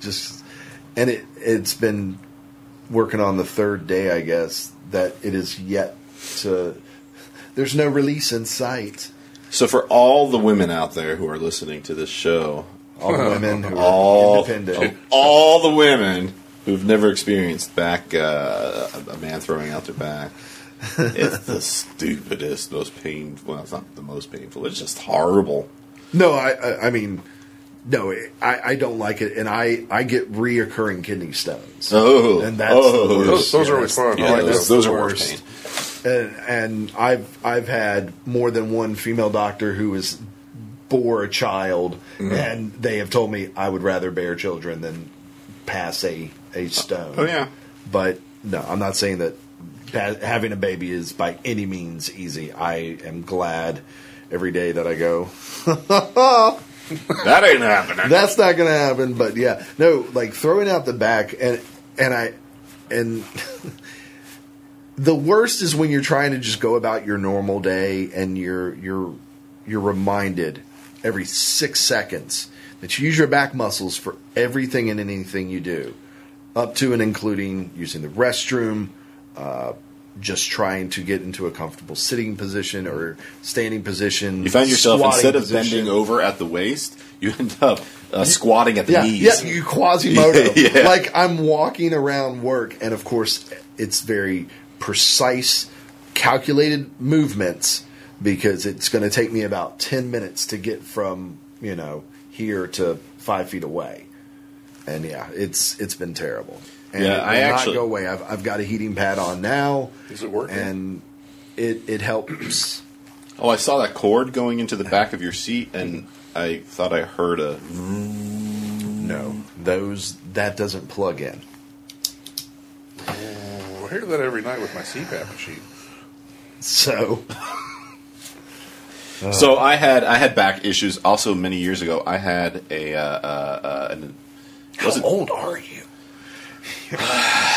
Speaker 4: Just and it it's been working on the third day, I guess, that it is yet to there's no release in sight.
Speaker 6: So for all the women out there who are listening to this show,
Speaker 4: All the women who are
Speaker 6: all
Speaker 4: independent.
Speaker 6: all the women who've never experienced back uh, a man throwing out their back. It's the stupidest, most painful. Well, it's not the most painful. It's just horrible.
Speaker 4: No, I I, I mean no, I, I don't like it, and I, I get reoccurring kidney stones.
Speaker 6: Oh.
Speaker 4: and that's
Speaker 6: Oh.
Speaker 4: the worst.
Speaker 5: Those, those
Speaker 4: Yeah,
Speaker 5: are always
Speaker 4: Oh, that's-
Speaker 5: fun. I
Speaker 6: Yeah,
Speaker 5: like
Speaker 6: those,
Speaker 5: those.
Speaker 6: those are worse
Speaker 4: worst.
Speaker 6: pain.
Speaker 4: and, and I've I've had more than one female doctor who was bore a child,
Speaker 6: Mm-hmm.
Speaker 4: and they have told me I would rather bear children than pass a a stone.
Speaker 6: Oh, yeah.
Speaker 4: but no, I'm not saying that pa- having a baby is by any means easy. I am glad every day that I go
Speaker 6: that ain't happening.
Speaker 4: that's not gonna happen but yeah no like throwing out the back and and i and (laughs) the worst is when you're trying to just go about your normal day and you're you're you're reminded every six seconds that you use your back muscles for everything and anything you do up to and including using the restroom uh just trying to get into a comfortable sitting position or standing position.
Speaker 6: You find yourself
Speaker 4: squatting
Speaker 6: instead of
Speaker 4: position.
Speaker 6: bending over at the waist, you end up uh, squatting at the
Speaker 4: Yeah,
Speaker 6: knees.
Speaker 4: yeah, you Quasimodo.
Speaker 6: (laughs) Yeah, yeah.
Speaker 4: Like I'm walking around work, and of course, it's very precise, calculated movements because it's going to take me about ten minutes to get from you know here to five feet away. And yeah, it's it's been terrible. And
Speaker 6: Yeah,
Speaker 4: it will
Speaker 6: I actually-
Speaker 4: not go away. I've I've got a heating pad on now.
Speaker 5: Is it working?
Speaker 4: And it it helps.
Speaker 6: Oh, I saw that cord going into the back of your seat, and I thought I heard a.
Speaker 4: no, those that doesn't plug in.
Speaker 5: I hear that every night with my CPAP machine.
Speaker 4: So
Speaker 6: So I had I had back issues. Also, many years ago, I had a. Uh, uh, uh, an, was it-
Speaker 4: old are you? (sighs)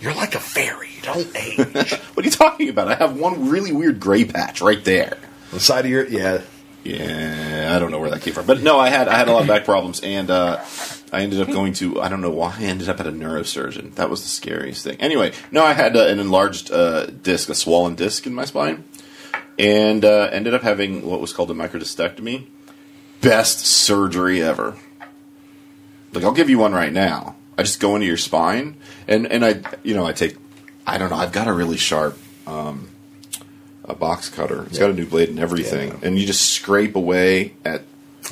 Speaker 4: You're like a fairy. You don't age.
Speaker 6: What are you talking about? I have one really weird gray patch right there.
Speaker 4: (laughs) the side of your yeah.
Speaker 6: Yeah, I don't know where that came from, but no, I had I had a lot of back problems, and uh, I ended up going to I don't know why I ended up at a neurosurgeon. That was the scariest thing. Anyway, no, I had uh, an enlarged uh, disc, a swollen disc in my spine, and uh, ended up having what was called a microdiscectomy. Best surgery ever. Like I'll give you one right now. I just go into your spine, and and I you know I take I don't know I've got a really sharp um, a box cutter. It's got a new blade and everything,
Speaker 4: Yeah.
Speaker 6: and you just scrape away at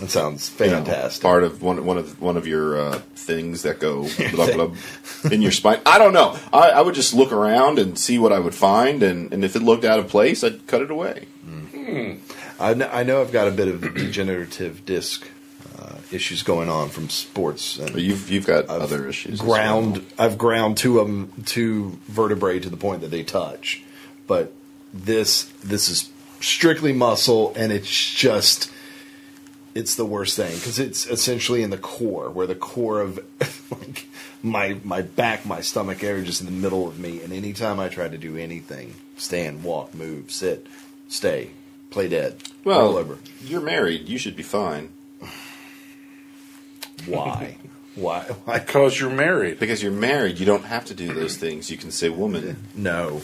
Speaker 4: That sounds
Speaker 6: you know,
Speaker 4: fantastic.
Speaker 6: part of one one of one of your uh, things
Speaker 4: (laughs)
Speaker 6: that go blah, blah, blah, in your spine. I don't know. I, I would just look around and see what I would find, and, and if it looked out of place, I'd cut it away.
Speaker 4: I, know, I know I've got a bit of degenerative disc uh, issues going on from sports and
Speaker 6: But you've you've got
Speaker 4: I've
Speaker 6: other issues. as
Speaker 4: Ground.
Speaker 6: well.
Speaker 4: I've ground two of 'em- two vertebrae to the point that they touch, but this this is strictly muscle, and it's just it's the worst thing because it's essentially in the core, where the core of (laughs) like my my back, my stomach area, just in the middle of me, and anytime I try to do anything, stand, walk, move, sit, stay, play dead,
Speaker 6: Well,
Speaker 4: roll over.
Speaker 6: you're married. You should be fine
Speaker 4: Why? Why? Why?
Speaker 5: Because
Speaker 4: (laughs)
Speaker 5: you're married.
Speaker 6: because you're married. You don't have to do those things. You can say woman.
Speaker 4: No.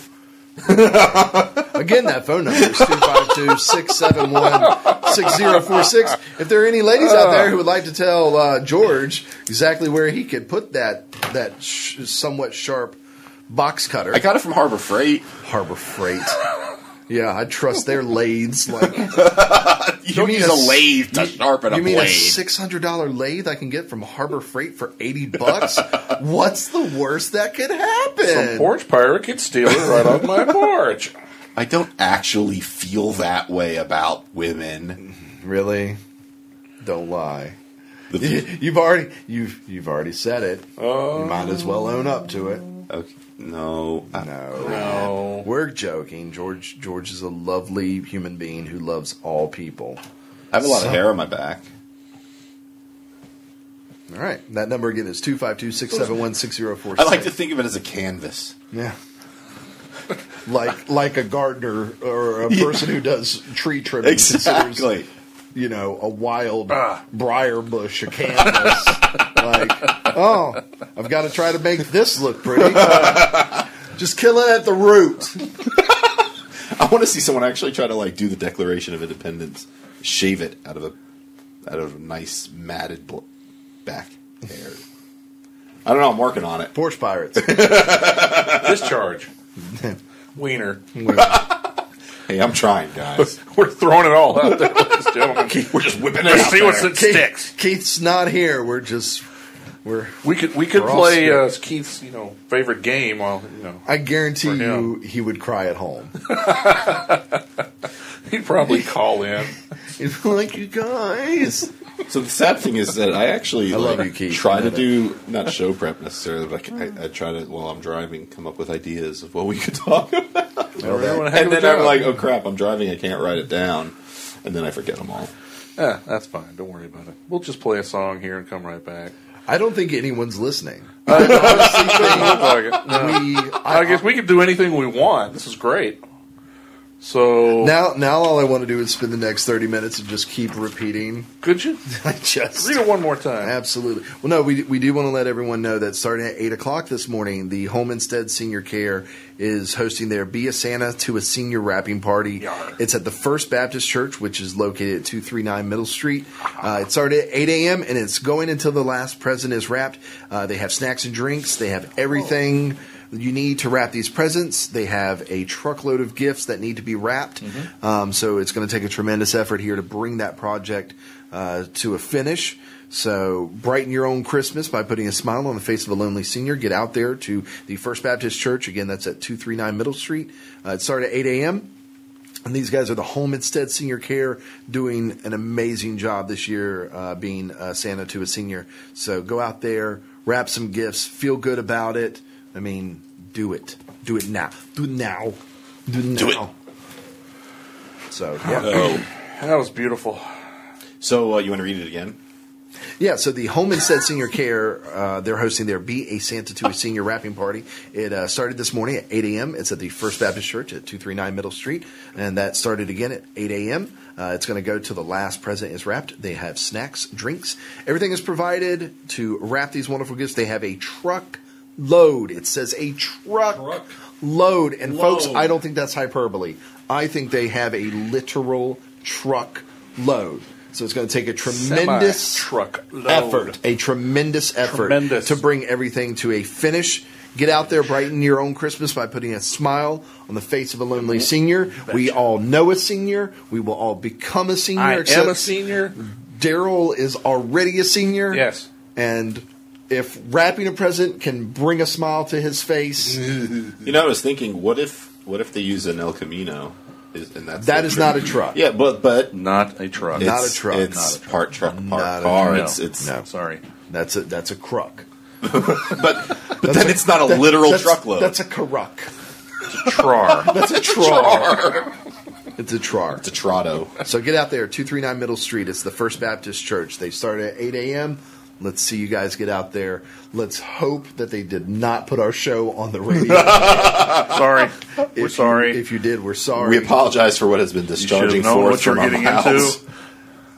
Speaker 4: (laughs) Again, that phone number is 252 671 6046. If there are any ladies out there who would like to tell uh, George exactly where he could put that that sh- somewhat sharp box cutter,
Speaker 6: I got it from Harbor Freight.
Speaker 4: Harbor Freight. (laughs) Yeah, I trust their lathes.
Speaker 6: (laughs)
Speaker 4: Like,
Speaker 6: You, don't
Speaker 4: mean
Speaker 6: use
Speaker 4: a
Speaker 6: a,
Speaker 4: s-
Speaker 6: lathe to sharpen
Speaker 4: you
Speaker 6: a
Speaker 4: mean a
Speaker 6: blade.
Speaker 4: six hundred dollar lathe I can get from Harbor Freight for eighty
Speaker 6: (laughs)
Speaker 4: bucks? What's the worst that could
Speaker 5: Some
Speaker 4: happen?
Speaker 5: porch pirate could steal it right off my porch.
Speaker 6: I don't actually feel that way about women.
Speaker 4: really? Don't lie.
Speaker 6: The-
Speaker 4: You- you've already you've you've already said it.
Speaker 6: Oh.
Speaker 4: you might as well own up to it.
Speaker 6: (laughs) okay, no, I-
Speaker 4: No,
Speaker 5: No.
Speaker 4: we're joking. George George is a lovely human being who loves all people.
Speaker 6: I have a lot
Speaker 4: So-
Speaker 6: of hair on my back.
Speaker 4: All right, that number again is two five two six seven one six zero four.
Speaker 6: I like to think of it as a canvas.
Speaker 4: yeah. like like a gardener or a person who does tree trimming considers, you know a wild
Speaker 6: Ah.
Speaker 4: briar bush a canvas like oh i've got to try to make this look
Speaker 6: (laughs)
Speaker 4: pretty just kill it at the root
Speaker 6: I want to see someone actually try to like do the Declaration of Independence, shave it out of a out of a nice matted bl- back hair. I don't know. I'm working on it.
Speaker 4: Porch (laughs) Pirates. (laughs)
Speaker 5: Discharge. Wiener. (laughs)
Speaker 6: Hey, I'm trying,
Speaker 4: (laughs)
Speaker 6: guys.
Speaker 5: We're throwing it all out there, ladies and gentlemen. We're just whipping it out See what's it sticks.
Speaker 4: Keith's not here. We're just we're.
Speaker 5: We could we could
Speaker 4: We're all
Speaker 5: play uh,
Speaker 4: stripped.
Speaker 5: Keith's you know favorite game while you know (laughs)
Speaker 4: I guarantee
Speaker 5: For
Speaker 4: you, (laughs)
Speaker 5: him.
Speaker 4: he would cry at home. (laughs)
Speaker 5: he'd probably call in.
Speaker 4: It's like you guys.
Speaker 6: So the sad thing is that I actually
Speaker 4: I love
Speaker 6: like,
Speaker 4: you, Keith.
Speaker 6: try to
Speaker 4: You know
Speaker 6: do not show prep necessarily, but I, can- I, I try to while I'm driving come up with ideas of what we could talk about.
Speaker 4: Well, that-
Speaker 6: And then I'm like, oh crap, I'm driving, I can't write it down, and then I forget them all.
Speaker 5: Yeah, "Ah, that's fine. Don't worry about it. We'll just play a song here and come right back. (laughs)
Speaker 4: I don't think anyone's listening.
Speaker 5: Look
Speaker 4: (laughs)
Speaker 5: like it. No.
Speaker 4: We,
Speaker 5: I guess we can do anything we want. This is great. So
Speaker 4: now, now all I want to do is spend the next thirty minutes and just keep repeating. (laughs)
Speaker 5: could you
Speaker 4: I just
Speaker 5: read it one more time?
Speaker 4: Absolutely. Well, no, we, we do want to let everyone know that starting at 8 o'clock this morning, the Home Instead Senior Care is hosting their Be a Santa to a Senior Wrapping Party. It's at the First Baptist Church, which is located at 239 Middle Street. Uh, it started at 8 a.m., and it's going until the last present is wrapped. Uh, they have snacks and drinks, they have everything. You need to wrap these presents. They have a truckload of gifts that need to be wrapped. Um, so it's going to take a tremendous effort here to bring that project uh, to a finish. So brighten your own Christmas by putting a smile on the face of a lonely senior. Get out there to the First Baptist Church. Again, that's at 239 Middle Street. Uh, it started at 8 a.m. And these guys are the Home Instead Senior Care doing an amazing job this year, uh, being uh, Santa to a senior. So go out there, wrap some gifts, feel good about it. I mean, do it. Do it now. Do it now. Do it now.
Speaker 6: Do it.
Speaker 4: So, yeah.
Speaker 5: That was beautiful.
Speaker 6: So uh, you want to read it again?
Speaker 4: Yeah, so the Home Instead Senior Care, uh, they're hosting their Be a Santa to a Senior wrapping party. It uh, started this morning at 8 a.m. It's at the First Baptist Church at 239 Middle Street, and that started again at 8 a.m. Uh, it's going to go to the last present is wrapped. They have snacks, drinks. Everything is provided to wrap these wonderful gifts. They have a truck load. It says a truck,
Speaker 6: Truck.
Speaker 4: load. And folks,
Speaker 6: Load.
Speaker 4: I don't think that's hyperbole. I think they have a literal truck load. So it's going to take a tremendous
Speaker 5: truck load.
Speaker 4: effort, a tremendous effort
Speaker 5: Tremendous.
Speaker 4: to bring everything to a finish. Get out there, brighten your own Christmas by putting a smile on the face of a lonely senior. We all know a senior. We will all become a senior.
Speaker 5: I am
Speaker 4: except
Speaker 5: a senior.
Speaker 4: Daryl is already a senior.
Speaker 5: Yes.
Speaker 4: And if wrapping a present can bring a smile to his face,
Speaker 6: You know, I was thinking, what if what if they use an El Camino? Is, and that's
Speaker 4: that
Speaker 6: the
Speaker 4: is
Speaker 6: truck?
Speaker 4: not a truck.
Speaker 6: Yeah, but but
Speaker 5: Not a truck.
Speaker 4: Not
Speaker 6: it's-
Speaker 4: a truck.
Speaker 6: It's
Speaker 4: Not a
Speaker 6: part truck, part
Speaker 4: Not a
Speaker 6: car.
Speaker 5: truck.
Speaker 6: It's
Speaker 5: No.
Speaker 6: it's
Speaker 4: No.
Speaker 5: Sorry.
Speaker 4: That's a that's a crook.
Speaker 6: but but then it's not a literal
Speaker 4: That's-
Speaker 6: truckload.
Speaker 4: That's a karuck.
Speaker 5: Trar.
Speaker 4: (laughs) That's a trar. It's a trar.
Speaker 6: it's a Trotto.
Speaker 4: So get out there, 239 Middle Street. It's the First Baptist Church. They start at 8 a.m. Let's see you guys get out there. Let's hope that they did not put our show on the radio. (laughs)
Speaker 5: sorry.
Speaker 4: If
Speaker 5: We're
Speaker 4: you-
Speaker 5: sorry.
Speaker 4: if you did, we're sorry.
Speaker 6: We apologize for what has been
Speaker 5: You should
Speaker 6: discharging
Speaker 5: have known
Speaker 6: forth
Speaker 5: what you're
Speaker 6: from our
Speaker 5: getting
Speaker 6: mouths.
Speaker 5: into.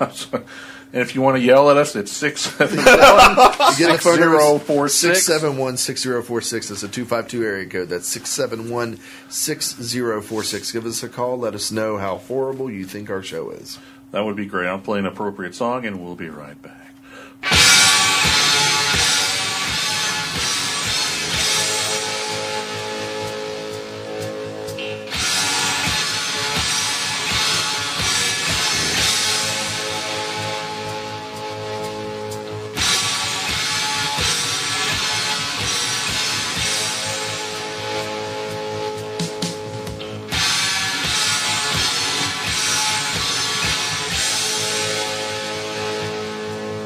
Speaker 5: I'm (laughs) sorry. And if you want to yell at us, it's six. (laughs)
Speaker 4: You get the phone number,
Speaker 5: 6046.
Speaker 4: 671-6046. That's a 252 area code. That's 671-6046. Give us a call. Let us know how horrible you think our show is.
Speaker 5: that would be great. I'll play an appropriate song, and we'll be right back.
Speaker 7: Thank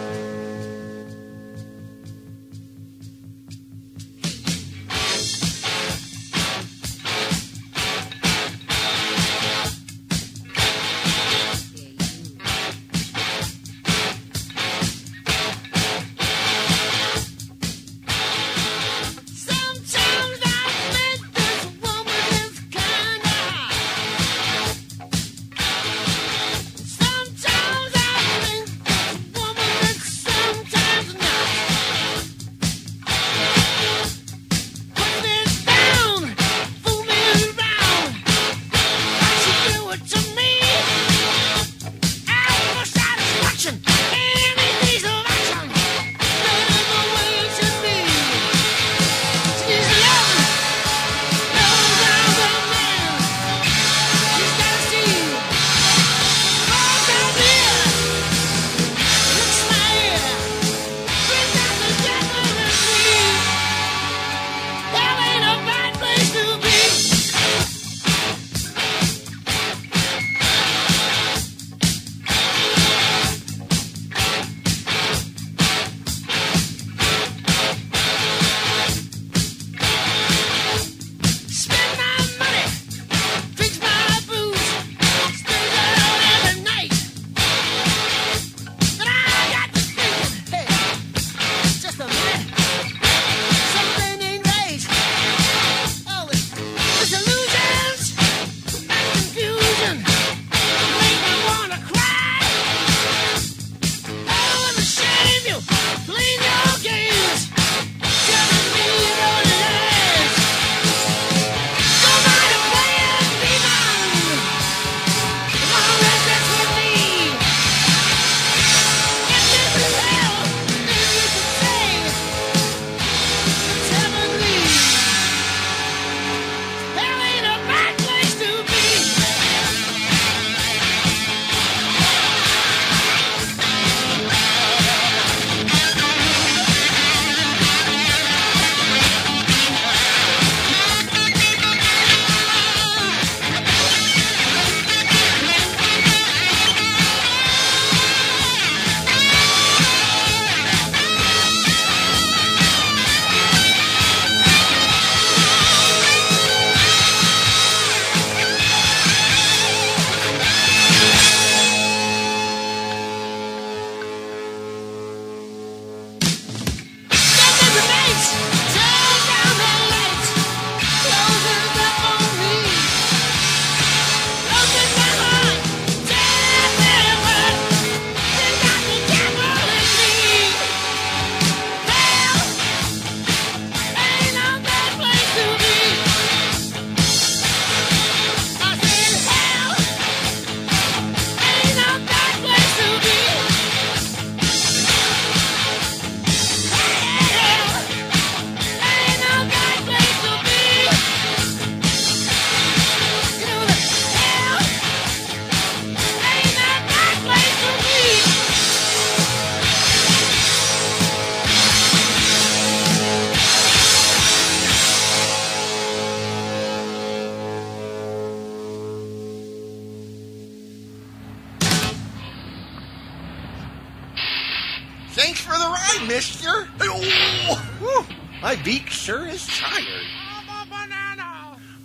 Speaker 3: Hi, mister. Oh, whew, my beak sure is tired.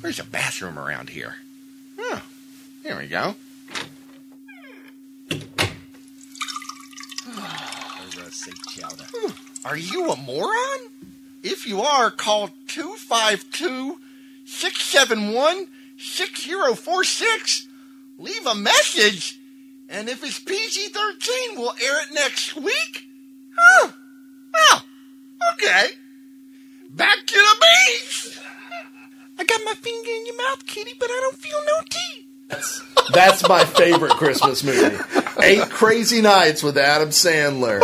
Speaker 3: There's a bathroom around here. Huh. There we go. Hmm, Are you a moron? If you are, call 252 671 6046. Leave a message, and if it's PG 13, we'll air it next week. Huh. Well, okay. Back to the beach. I got my finger in your mouth, kitty, but I don't feel no teeth.
Speaker 4: That's my favorite Christmas movie. Eight Crazy Nights with Adam Sandler.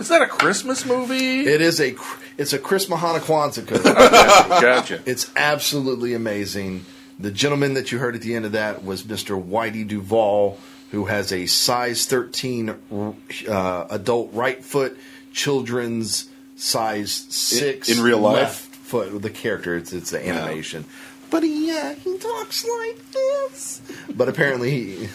Speaker 5: Is that a Christmas movie?
Speaker 4: It is a cr- it's a Chris Mahana Kwanzaa cookie.
Speaker 5: gotcha.
Speaker 4: It's absolutely amazing. The gentleman that you heard at the end of that was Mr. Whitey Duvall, who has a size 13 uh, adult right foot, children's size six
Speaker 6: in real life?
Speaker 4: left foot with the character. It's it's the animation, but he uh, he talks like this. But apparently he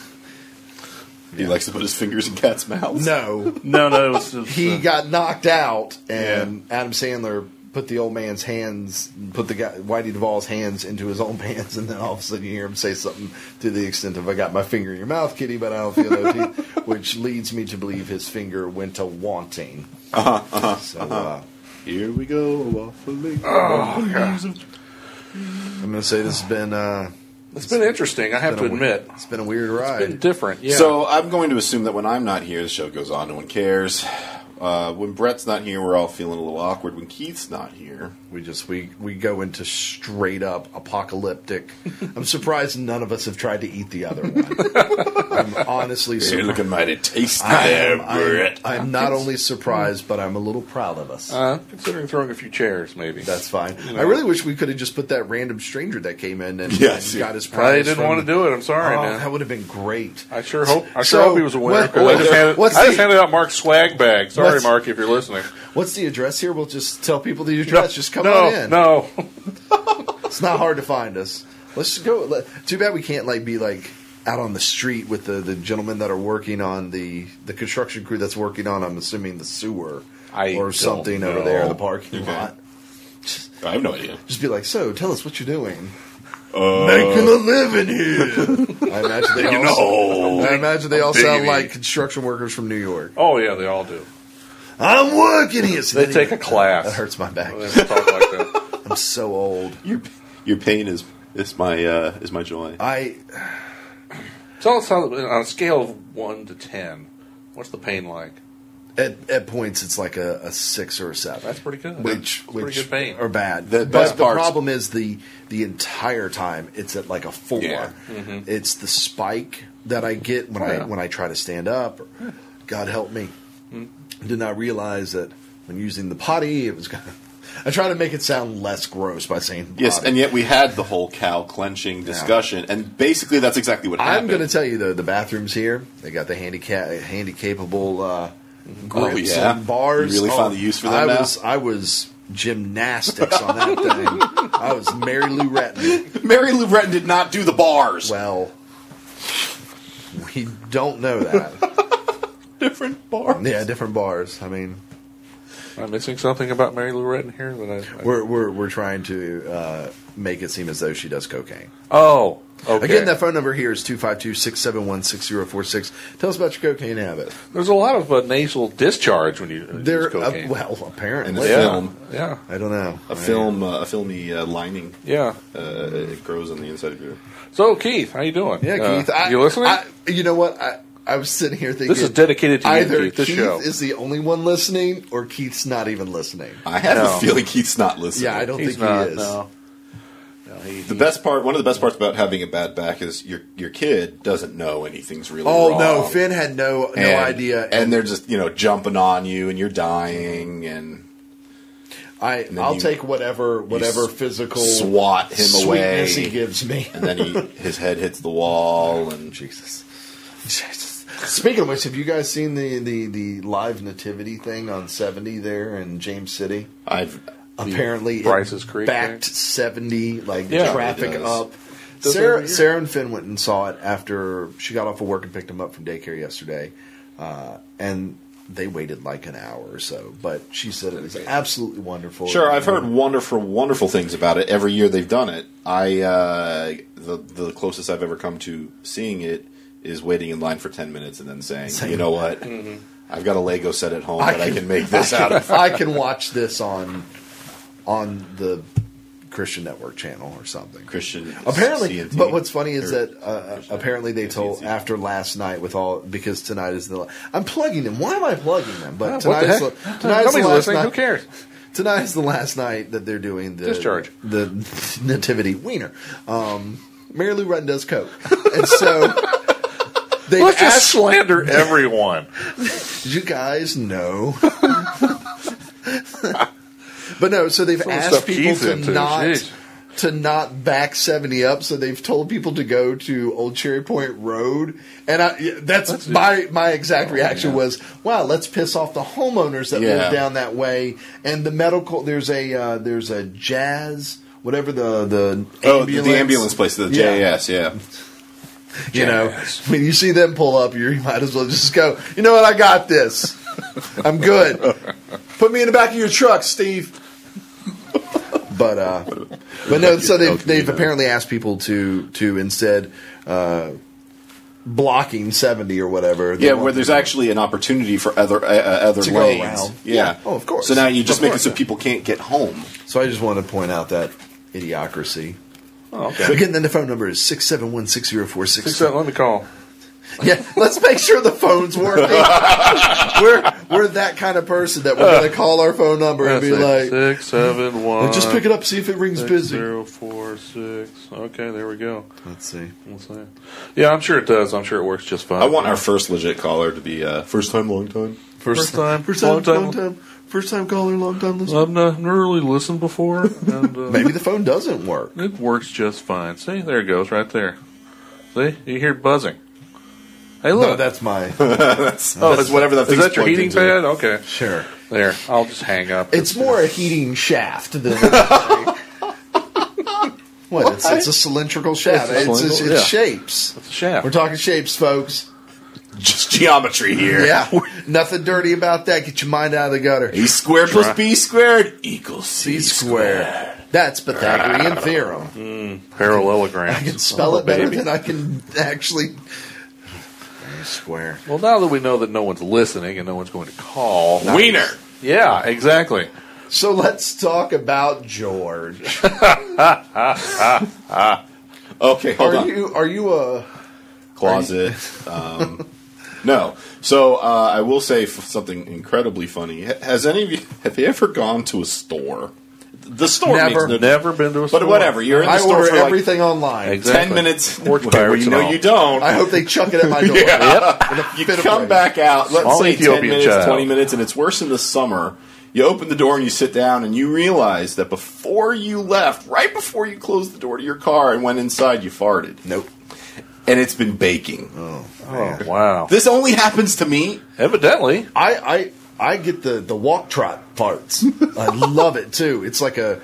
Speaker 6: He likes to put his fingers in cats' mouths.
Speaker 4: no
Speaker 5: (laughs) No, no, it was, (laughs)
Speaker 4: he got knocked out, and Adam Sandler put the old man's hands, put the guy Whitey Duvall's hands into his (laughs) own pants, and then all of a sudden you hear him say something to the extent of "I got my finger in your mouth, kitty, but I don't feel
Speaker 5: (laughs)
Speaker 4: no teeth," which leads me to believe his finger went to wanting.
Speaker 5: Uh-huh,
Speaker 4: so uh,
Speaker 6: Here we go, waffling.
Speaker 4: I'm going to say this has been uh,
Speaker 5: it's been interesting. I have to
Speaker 4: been a weird-
Speaker 5: admit,
Speaker 4: it's been a weird ride.
Speaker 5: it's been different. Yeah.
Speaker 6: So I'm going to assume that when I'm not here, the show goes on. No one cares. Uh, when Brett's not here, we're all feeling a little awkward. When Keith's not here,
Speaker 4: we just we we go into straight up
Speaker 5: (laughs)
Speaker 4: apocalyptic. I'm surprised none of us have tried to eat the other one. I'm honestly surprised.
Speaker 6: mighty tasty
Speaker 4: I am, I'm, I'm not only surprised, but I'm a little proud of us.
Speaker 5: uh, considering throwing a few chairs, maybe.
Speaker 4: That's fine. I really wish we could have just put that random stranger that came in and,
Speaker 6: Yes,
Speaker 4: and
Speaker 6: yeah.
Speaker 4: got his prize.
Speaker 5: I didn't
Speaker 4: from-
Speaker 5: want to do it. I'm sorry,
Speaker 4: Oh,
Speaker 5: man.
Speaker 4: that would have been great.
Speaker 5: I sure hope. I
Speaker 4: So,
Speaker 5: sure hope he was a winner.
Speaker 4: what-
Speaker 5: 'cause I just, handed,
Speaker 4: what's
Speaker 5: I just
Speaker 4: the-
Speaker 5: handed out Mark's swag bag. Sorry,
Speaker 4: What's-
Speaker 5: Mark, if you're listening.
Speaker 4: What's the address here? We'll just tell people the address. just come
Speaker 5: no,
Speaker 4: on in.
Speaker 5: No, (laughs)
Speaker 4: It's not hard to find us. Let's just go. Let, too bad we can't like be like out on the street with the, the gentlemen that are working on the the construction crew that's working on. I'm assuming the sewer
Speaker 5: I
Speaker 4: or
Speaker 5: don't
Speaker 4: something over there in
Speaker 5: know.
Speaker 4: the parking
Speaker 5: (laughs)
Speaker 4: lot.
Speaker 6: I have no idea.
Speaker 4: Just be like, so tell us what you're doing. Making a living here. (laughs) I imagine they all,
Speaker 6: know.
Speaker 4: I imagine they all sound
Speaker 6: baby.
Speaker 4: like construction workers from New York.
Speaker 5: Oh yeah, they all do.
Speaker 4: I'm working here. So
Speaker 5: They
Speaker 4: then
Speaker 5: take
Speaker 4: you-
Speaker 5: a class.
Speaker 4: That hurts my back.
Speaker 5: They talk like that.
Speaker 4: I'm so old.
Speaker 6: Your your pain is is my uh, is my joy.
Speaker 4: I
Speaker 5: Tell us how, on a scale of one to ten, what's the pain like?
Speaker 4: at, at points it's like a, a six or a seven.
Speaker 5: That's pretty good.
Speaker 4: Which
Speaker 5: That's pretty
Speaker 4: which
Speaker 5: good pain.
Speaker 4: are bad.
Speaker 6: The
Speaker 4: but
Speaker 6: best
Speaker 4: the
Speaker 6: parts-
Speaker 4: problem is the the entire time it's at like a four.
Speaker 6: Yeah.
Speaker 5: Mm-hmm.
Speaker 4: It's the spike that I get when I
Speaker 5: yeah.
Speaker 4: when I try to stand up. Or, God help me.
Speaker 5: Mm-hmm.
Speaker 4: Did not realize that when using the potty, it was. Gonna, I try to make it sound less gross by saying
Speaker 6: Yes,
Speaker 4: potty.
Speaker 6: and yet we had the whole cow clenching discussion, and basically that's exactly what happened.
Speaker 4: I'm going to tell you though, the bathrooms here they got the handicap handy capable uh, grips
Speaker 6: Oh, yeah.
Speaker 4: and bars.
Speaker 6: You really
Speaker 4: Oh,
Speaker 6: found the use for them
Speaker 4: I
Speaker 6: now?
Speaker 4: was I was gymnastics on that
Speaker 6: (laughs)
Speaker 4: thing. I was Mary Lou Retton.
Speaker 6: Mary Lou Retton did not do the bars.
Speaker 4: Well, we don't know that.
Speaker 6: (laughs) different bars.
Speaker 4: yeah, different bars. I mean,
Speaker 5: Am I missing something about Mary Lou Retton here? That I, I-
Speaker 4: we're we're we're trying to uh, make it seem as though she does cocaine.
Speaker 5: oh, okay.
Speaker 4: Again, that phone number here is 252-671-6046. Tell us about your cocaine habit.
Speaker 5: There's a lot of uh, nasal discharge when you uh, use
Speaker 4: There, uh,
Speaker 5: cocaine.
Speaker 4: well,
Speaker 6: And
Speaker 4: apparently,
Speaker 6: a film,
Speaker 5: yeah,
Speaker 4: I don't know.
Speaker 6: a film, uh, a filmy uh, lining.
Speaker 5: yeah.
Speaker 6: Uh, it grows on the inside of your.
Speaker 5: So Keith, how you doing?
Speaker 4: Yeah,
Speaker 5: Uh,
Speaker 4: Keith. I,
Speaker 5: you listening?
Speaker 4: I, you know what? I, I was sitting here thinking
Speaker 5: This is dedicated to you,
Speaker 4: either
Speaker 5: Keith, this show.
Speaker 4: is the only one listening, or Keith's not even listening.
Speaker 6: I have
Speaker 5: No.
Speaker 6: a feeling Keith's not listening.
Speaker 4: Yeah, I don't
Speaker 5: He's
Speaker 4: think
Speaker 5: not.
Speaker 4: he is.
Speaker 5: No. No, he,
Speaker 6: The best part, one of the best parts about having a bad back is your your kid doesn't know anything's really
Speaker 4: Oh
Speaker 6: wrong.
Speaker 4: no, Finn had no no
Speaker 6: And-
Speaker 4: idea.
Speaker 6: and they're just you know jumping on you, and you're dying, and
Speaker 4: I
Speaker 6: then
Speaker 4: I'll
Speaker 6: you-
Speaker 4: take whatever whatever
Speaker 6: s-
Speaker 4: physical
Speaker 6: swat him away,
Speaker 4: sweetness he gives me.
Speaker 6: and then (laughs) he his head hits the wall, and
Speaker 4: Jesus, Jesus. Speaking of which, have you guys seen the the the live nativity thing on seventy there in James City?
Speaker 6: I've
Speaker 4: apparently it
Speaker 5: Bryce's Creek
Speaker 4: backed
Speaker 5: thing?
Speaker 4: 70 like
Speaker 5: Yeah.
Speaker 4: traffic
Speaker 6: It does.
Speaker 4: up
Speaker 5: Does it every
Speaker 4: Sarah,
Speaker 5: year?
Speaker 4: Sarah and Finn went and saw it after she got off of work and picked him up from daycare yesterday uh, and they waited like an hour or so, but she said it was absolutely wonderful.
Speaker 6: Sure, I've heard wonderful, wonderful things about it. Every year they've done it. I uh, the the closest I've ever come to seeing it is waiting in line for ten minutes and then saying,
Speaker 4: Saying-
Speaker 6: "You know what? I've got a Lego set at home that (laughs) I can make this
Speaker 4: I
Speaker 6: out
Speaker 4: can, (laughs)
Speaker 6: of."
Speaker 4: I can watch this on on the Christian Network channel or something.
Speaker 6: Christian
Speaker 4: apparently,
Speaker 6: CNT.
Speaker 4: but what's funny is
Speaker 6: Or-
Speaker 4: that uh,
Speaker 6: Christian-
Speaker 4: apparently they told
Speaker 6: CNT.
Speaker 4: after last night with all because tonight is the. I'm plugging them. Why am I plugging them? But
Speaker 5: what
Speaker 4: tonight
Speaker 5: the
Speaker 4: is
Speaker 5: heck?
Speaker 4: the, tonight is the
Speaker 5: Nobody's
Speaker 4: last
Speaker 5: listening. Who
Speaker 4: night.
Speaker 5: cares?
Speaker 4: Tonight is the last night that they're doing the
Speaker 5: Discharge.
Speaker 4: the (laughs) nativity wiener. Um, Mary Lou Retton does coke, and so. (laughs) They
Speaker 5: Let's just
Speaker 4: asked-
Speaker 5: slander
Speaker 4: (laughs)
Speaker 5: everyone.
Speaker 4: did you guys know? (laughs) but no, so they've
Speaker 5: Some of the
Speaker 4: asked
Speaker 5: stuff
Speaker 4: people
Speaker 5: Keith
Speaker 4: to
Speaker 5: into,
Speaker 4: not
Speaker 5: jeez.
Speaker 4: to not back seventy up. So they've told people to go to Old Cherry Point Road, and I, yeah, that's, my my exact reaction was, "Wow, let's piss off the homeowners that
Speaker 6: Oh, Yeah.
Speaker 4: live down that way." And the medical there's a uh, there's a jazz whatever the the
Speaker 6: oh, the- the ambulance place, the JAS, yeah.
Speaker 4: you know, (laughs)
Speaker 5: Jackass.
Speaker 4: when you see them pull up, you might as well just go, you know what, I got this. I'm good. Put me in the back of your truck, Steve. But uh, but no. So they've they've apparently asked people to to instead uh, blocking seventy or whatever. They
Speaker 6: Yeah,
Speaker 4: want
Speaker 6: where there's
Speaker 4: them-
Speaker 6: actually an opportunity for other uh, uh, other
Speaker 4: To go
Speaker 6: lanes.
Speaker 4: around.
Speaker 6: Yeah.
Speaker 4: Yeah. Oh, of course.
Speaker 6: So now you just
Speaker 4: Of
Speaker 6: make
Speaker 4: course,
Speaker 6: it so
Speaker 4: yeah.
Speaker 6: people can't get home.
Speaker 4: So I just wanted to point out that idiocracy.
Speaker 5: Oh, okay.
Speaker 4: Again, then the phone number is six seven one six zero four six.
Speaker 5: Six, seven, let me call.
Speaker 4: Yeah, let's make sure the phone's (laughs) working. we're we're that kind of person that we're gonna call our phone number and be like, (laughs)
Speaker 5: six, seven, one.
Speaker 4: just pick it up, see if it rings
Speaker 5: six,
Speaker 4: busy.
Speaker 5: zero, four, six. Okay, there we go.
Speaker 4: Let's see.
Speaker 5: We'll see. Yeah, I'm sure it does. I'm sure it works just fine.
Speaker 6: I want our first legit caller to be uh, first time, long time.
Speaker 5: First time,
Speaker 4: first time, long
Speaker 5: long
Speaker 4: time,
Speaker 5: time.
Speaker 4: first time caller, long time listener.
Speaker 5: I've not never really listened (laughs) before, and uh,
Speaker 4: Maybe the phone doesn't work.
Speaker 5: it works just fine. See, there it goes, right there. See, you hear buzzing. Hey, look.
Speaker 4: No, that's (laughs) my
Speaker 5: oh,
Speaker 6: that's whatever that
Speaker 5: is
Speaker 6: thing's
Speaker 5: that your
Speaker 6: plugged
Speaker 5: heating
Speaker 6: into.
Speaker 5: pad? Okay,
Speaker 4: sure.
Speaker 5: there. I'll just hang up.
Speaker 4: It's more a heating shaft (laughs) than. what? It's, it's a cylindrical shaft.
Speaker 5: It's a
Speaker 4: It's, it's, it's,
Speaker 5: cylindrical- yeah.
Speaker 4: shapes.
Speaker 5: It's a shaft.
Speaker 4: We're talking shapes, folks.
Speaker 6: Just geometry here. (laughs)
Speaker 4: Yeah, nothing dirty about that. Get your mind out of the gutter.
Speaker 6: A squared plus B squared equals C,
Speaker 4: B squared. That's
Speaker 6: (laughs)
Speaker 4: Pythagorean theorem.
Speaker 5: Parallelograms.
Speaker 4: I can spell
Speaker 5: Oh,
Speaker 4: it better
Speaker 5: baby.
Speaker 4: than I can actually. Square.
Speaker 5: Well, now that we know that no one's listening and no one's going to call,
Speaker 6: Wiener.
Speaker 5: yeah, exactly.
Speaker 4: So let's talk about George.
Speaker 6: Okay, (laughs) hold
Speaker 4: Are
Speaker 6: on.
Speaker 4: you are you a
Speaker 6: Closet. um, no. So uh, I will say f- something incredibly funny. H- Has any of you have you ever gone to a store? The store
Speaker 4: Never.
Speaker 6: makes no
Speaker 5: Never been to a
Speaker 6: But
Speaker 5: store.
Speaker 6: whatever, you're in the
Speaker 4: I
Speaker 6: store
Speaker 4: order
Speaker 6: for like
Speaker 4: everything online.
Speaker 5: Exactly.
Speaker 6: ten minutes.
Speaker 5: Pork
Speaker 6: well,
Speaker 5: pirates
Speaker 6: you
Speaker 5: and
Speaker 6: know
Speaker 5: all.
Speaker 6: you don't.
Speaker 4: I hope they chuck
Speaker 6: (laughs)
Speaker 4: it at my door.
Speaker 5: Yep.
Speaker 6: you
Speaker 4: fit of
Speaker 6: come
Speaker 4: rage.
Speaker 6: back out. Let's
Speaker 5: Small
Speaker 6: say ten
Speaker 5: Ethiopian
Speaker 6: minutes,
Speaker 5: child.
Speaker 6: twenty minutes, and it's worse in the summer. You open the door and you sit down, and you realize that before you left, right before you closed the door to your car and went inside, you farted,
Speaker 4: Nope.
Speaker 6: and it's been baking.
Speaker 5: Oh, wow.
Speaker 6: This only happens to me.
Speaker 5: Evidently,
Speaker 4: I I I get the the walk trot parts. I love it too. It's like a.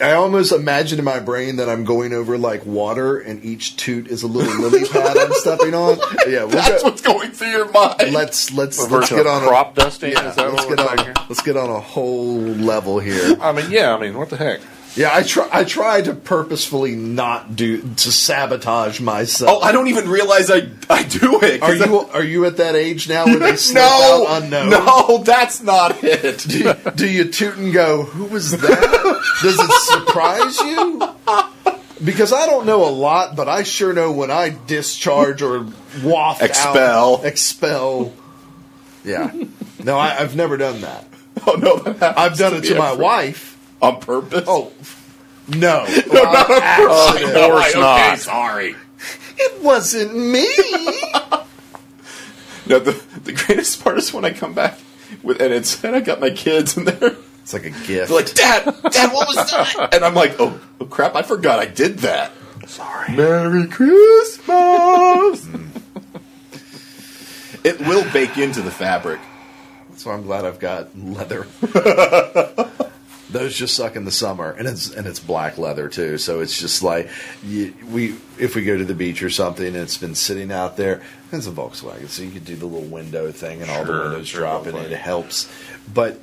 Speaker 4: I almost imagine in my brain that I'm going over like water, and each toot is a little lily pad I'm stepping on. Yeah, we'll
Speaker 6: That's
Speaker 4: go-
Speaker 6: what's going through your mind.
Speaker 4: let's let's let's
Speaker 5: version
Speaker 4: get
Speaker 5: of
Speaker 4: on
Speaker 5: crop
Speaker 4: a
Speaker 5: dusting. is that
Speaker 4: let's
Speaker 5: what we're
Speaker 4: get on
Speaker 5: talking?
Speaker 4: let's get on a whole level here.
Speaker 5: I mean, yeah. I mean, what the heck?
Speaker 4: Yeah, I try I try to purposefully not do to sabotage
Speaker 6: oh,
Speaker 4: myself.
Speaker 6: I don't even realize I I do it. 'cause
Speaker 4: are you are you at that age now
Speaker 6: (laughs)
Speaker 4: where
Speaker 5: (laughs)
Speaker 4: they slip
Speaker 6: no,
Speaker 4: out unknown?
Speaker 6: no, that's not it.
Speaker 4: (laughs) Do, do you toot and go? Who was that? Does it surprise you? Because I don't know a lot, but I sure know when I discharge or waft out-
Speaker 6: Expel.
Speaker 4: expel. Yeah, no, I, I've never done that.
Speaker 6: Oh no, that happens
Speaker 4: I've done it
Speaker 6: me
Speaker 4: to my
Speaker 6: every-
Speaker 4: wife.
Speaker 6: on purpose.
Speaker 4: Oh, no. Well, accident.
Speaker 6: All
Speaker 5: course
Speaker 6: right, okay,
Speaker 5: not. (laughs)
Speaker 6: sorry.
Speaker 4: It wasn't me.
Speaker 6: No, the, the greatest part is when I come back with, and it's and I got my kids in there.
Speaker 4: It's like a gift.
Speaker 6: They're like, Dad, Dad, what was that? And I'm like, Oh, oh, crap! I forgot I did that. Sorry. Merry Christmas. it will bake into the fabric.
Speaker 4: so I'm glad I've got leather. Those just suck in the summer, and it's and it's black leather too. So it's just like you, we if we go to the beach or something, and it's been sitting out there. It's a Volkswagen, so you could do the little window thing, and all the
Speaker 5: Sure,
Speaker 4: windows
Speaker 5: sure,
Speaker 4: drop, and
Speaker 5: Volkswagen.
Speaker 4: it helps. But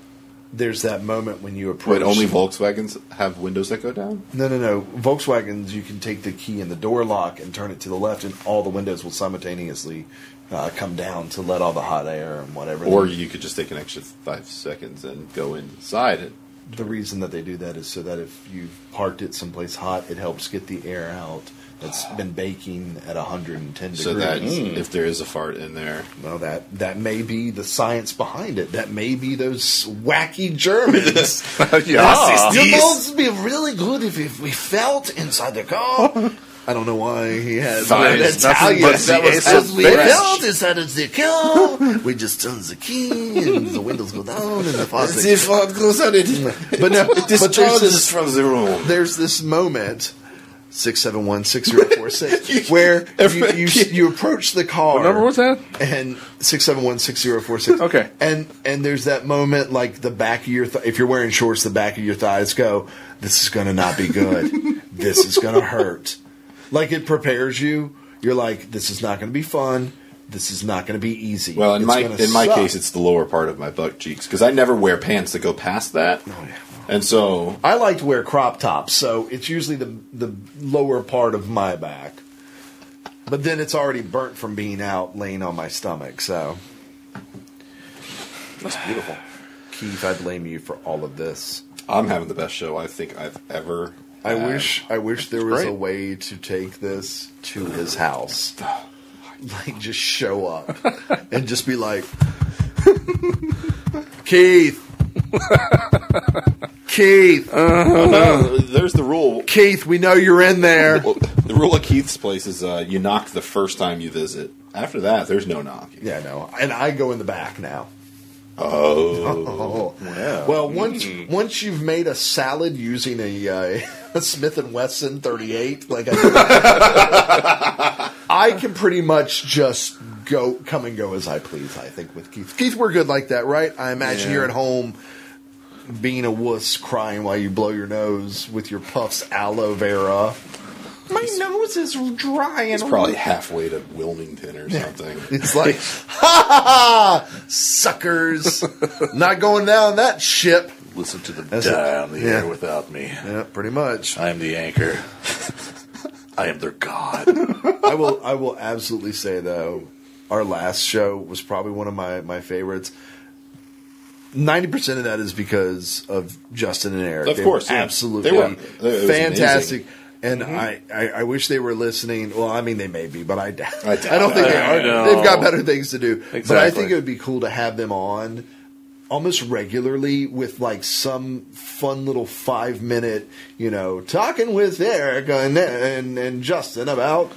Speaker 4: there's that moment when you approach.
Speaker 6: Wait, only Volkswagens have windows that go down?
Speaker 4: No, no, no. Volkswagens, you can take the key in the door lock and turn it to the left, and all the windows will simultaneously uh, come down to let all the hot air and whatever.
Speaker 6: Or you could just take an extra five seconds and go inside it.
Speaker 4: the reason that they do that is so that if you've parked it someplace hot, it helps get the air out that's been baking at 110
Speaker 6: So that Mm.
Speaker 4: degrees.
Speaker 6: if there is a fart in there,
Speaker 4: well, that that may be the science behind it. That may be those wacky Germans.
Speaker 6: (laughs) Ah.
Speaker 4: You know, it'd be really good if, if we felt inside the
Speaker 6: (laughs)
Speaker 4: car. I don't know why he had
Speaker 6: Fine,
Speaker 4: an
Speaker 6: it's nothing
Speaker 4: Italian.
Speaker 6: but the
Speaker 4: That was
Speaker 6: ace
Speaker 4: as
Speaker 6: of
Speaker 4: we
Speaker 6: base.
Speaker 4: felt inside of the
Speaker 6: (laughs)
Speaker 4: car. we just turn the key and the windows go down and the faucet
Speaker 6: fart goes out,
Speaker 4: (laughs)
Speaker 6: it,
Speaker 4: But no, but there's this-
Speaker 6: from the room.
Speaker 4: there's this moment six seven one six zero four six
Speaker 6: (laughs)
Speaker 4: where you, you you approach the car.
Speaker 5: What number was that?
Speaker 4: And six seven one six zero four six.
Speaker 5: Okay.
Speaker 4: And and there's that moment like the back of your th- if you're wearing shorts, the back of your thighs go. This is gonna not be
Speaker 6: (laughs)
Speaker 4: good. this is gonna hurt. Like it prepares you. You're like, this is not gonna be fun. This is not gonna be easy.
Speaker 6: Well, in
Speaker 4: It's
Speaker 6: my
Speaker 4: gonna
Speaker 6: in my
Speaker 4: suck.
Speaker 6: case, it's the lower part of my butt cheeks because I never wear pants that go past that,
Speaker 4: Oh, yeah.
Speaker 6: and so
Speaker 4: I like to wear crop tops, so it's usually the the lower part of my back. But then it's already burnt from being out laying on my stomach, so that's beautiful. Keith, I blame you for all of this.
Speaker 6: I'm having the best show I think I've ever.
Speaker 4: I
Speaker 6: had.
Speaker 4: wish I wish there was a
Speaker 6: great.
Speaker 4: way to take this to his house. Like just show up and just be like Keith (laughs) Keith
Speaker 6: No, there's the rule.
Speaker 4: Keith, we know you're in there.
Speaker 6: Well, the rule at Keith's place is uh, you knock the first time you visit. After that, there's no knocking.
Speaker 4: Yeah, no. And I go in the back now.
Speaker 6: Oh,
Speaker 4: Oh, well, once once you've made a salad using a, uh, (laughs) a Smith and Wesson 38, like I, do, I (laughs) can pretty much just go come and go as I please. I think with Keith, Keith, we're good like that, right? I imagine
Speaker 6: Yeah.
Speaker 4: you're at home being a wuss, crying while you blow your nose with your puffs aloe vera.
Speaker 8: My nose is dry and
Speaker 6: it's probably halfway to Wilmington or something.
Speaker 4: It's like, ha ha, ha, suckers! Not going down that ship.
Speaker 5: Listen to them
Speaker 4: That's
Speaker 5: die
Speaker 4: it.
Speaker 5: on the
Speaker 4: Yeah.
Speaker 5: air without me.
Speaker 4: Yeah, pretty much.
Speaker 5: I am the anchor. I am their god.
Speaker 4: I will. I will absolutely say though, our last show was probably one of my my favorites. Ninety percent of that is because of Justin and Eric.
Speaker 6: Of
Speaker 4: They
Speaker 6: course,
Speaker 4: were
Speaker 6: yeah.
Speaker 4: absolutely
Speaker 6: They were- it was Mm-hmm.
Speaker 4: fantastic. And I, I, I wish they were listening. Well, I mean, they may be, but I, doubt-
Speaker 6: I doubt
Speaker 4: (laughs) I don't think
Speaker 5: it.
Speaker 4: they
Speaker 5: I
Speaker 4: are.
Speaker 5: know.
Speaker 4: They've got better things to do. But I
Speaker 5: Exactly.
Speaker 4: think it would be cool to have them on almost regularly with like some fun little five minute, you know, talking with Eric and and, and Justin about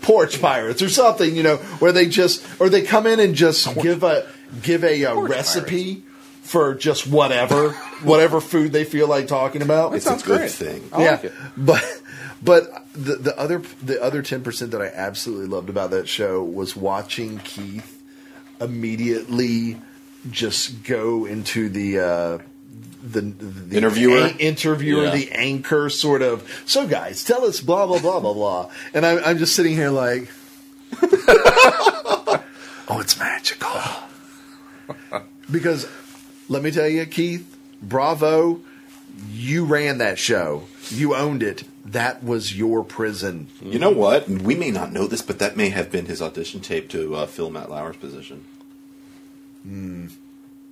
Speaker 4: porch pirates or something, you know, where they just or they come in and just give a give a, uh recipe for just whatever whatever food they feel like talking about.
Speaker 6: it's a good thing.
Speaker 5: I
Speaker 4: yeah,
Speaker 5: like it.
Speaker 4: but but the the other the other ten percent that I absolutely loved about that show was watching Keith immediately just go into the. Uh, the, the
Speaker 6: Interviewer?
Speaker 4: an- interviewer,
Speaker 6: Yeah.
Speaker 4: the anchor, sort of. So, guys, tell us blah blah blah blah blah, and I'm, I'm just sitting here like, (laughs) oh, it's magical. Because let me tell you, Keith, bravo, you ran that show. You owned it. That was your prison.
Speaker 6: You know what? We may not know this, but that may have been his audition tape to uh, fill Matt Lauer's position.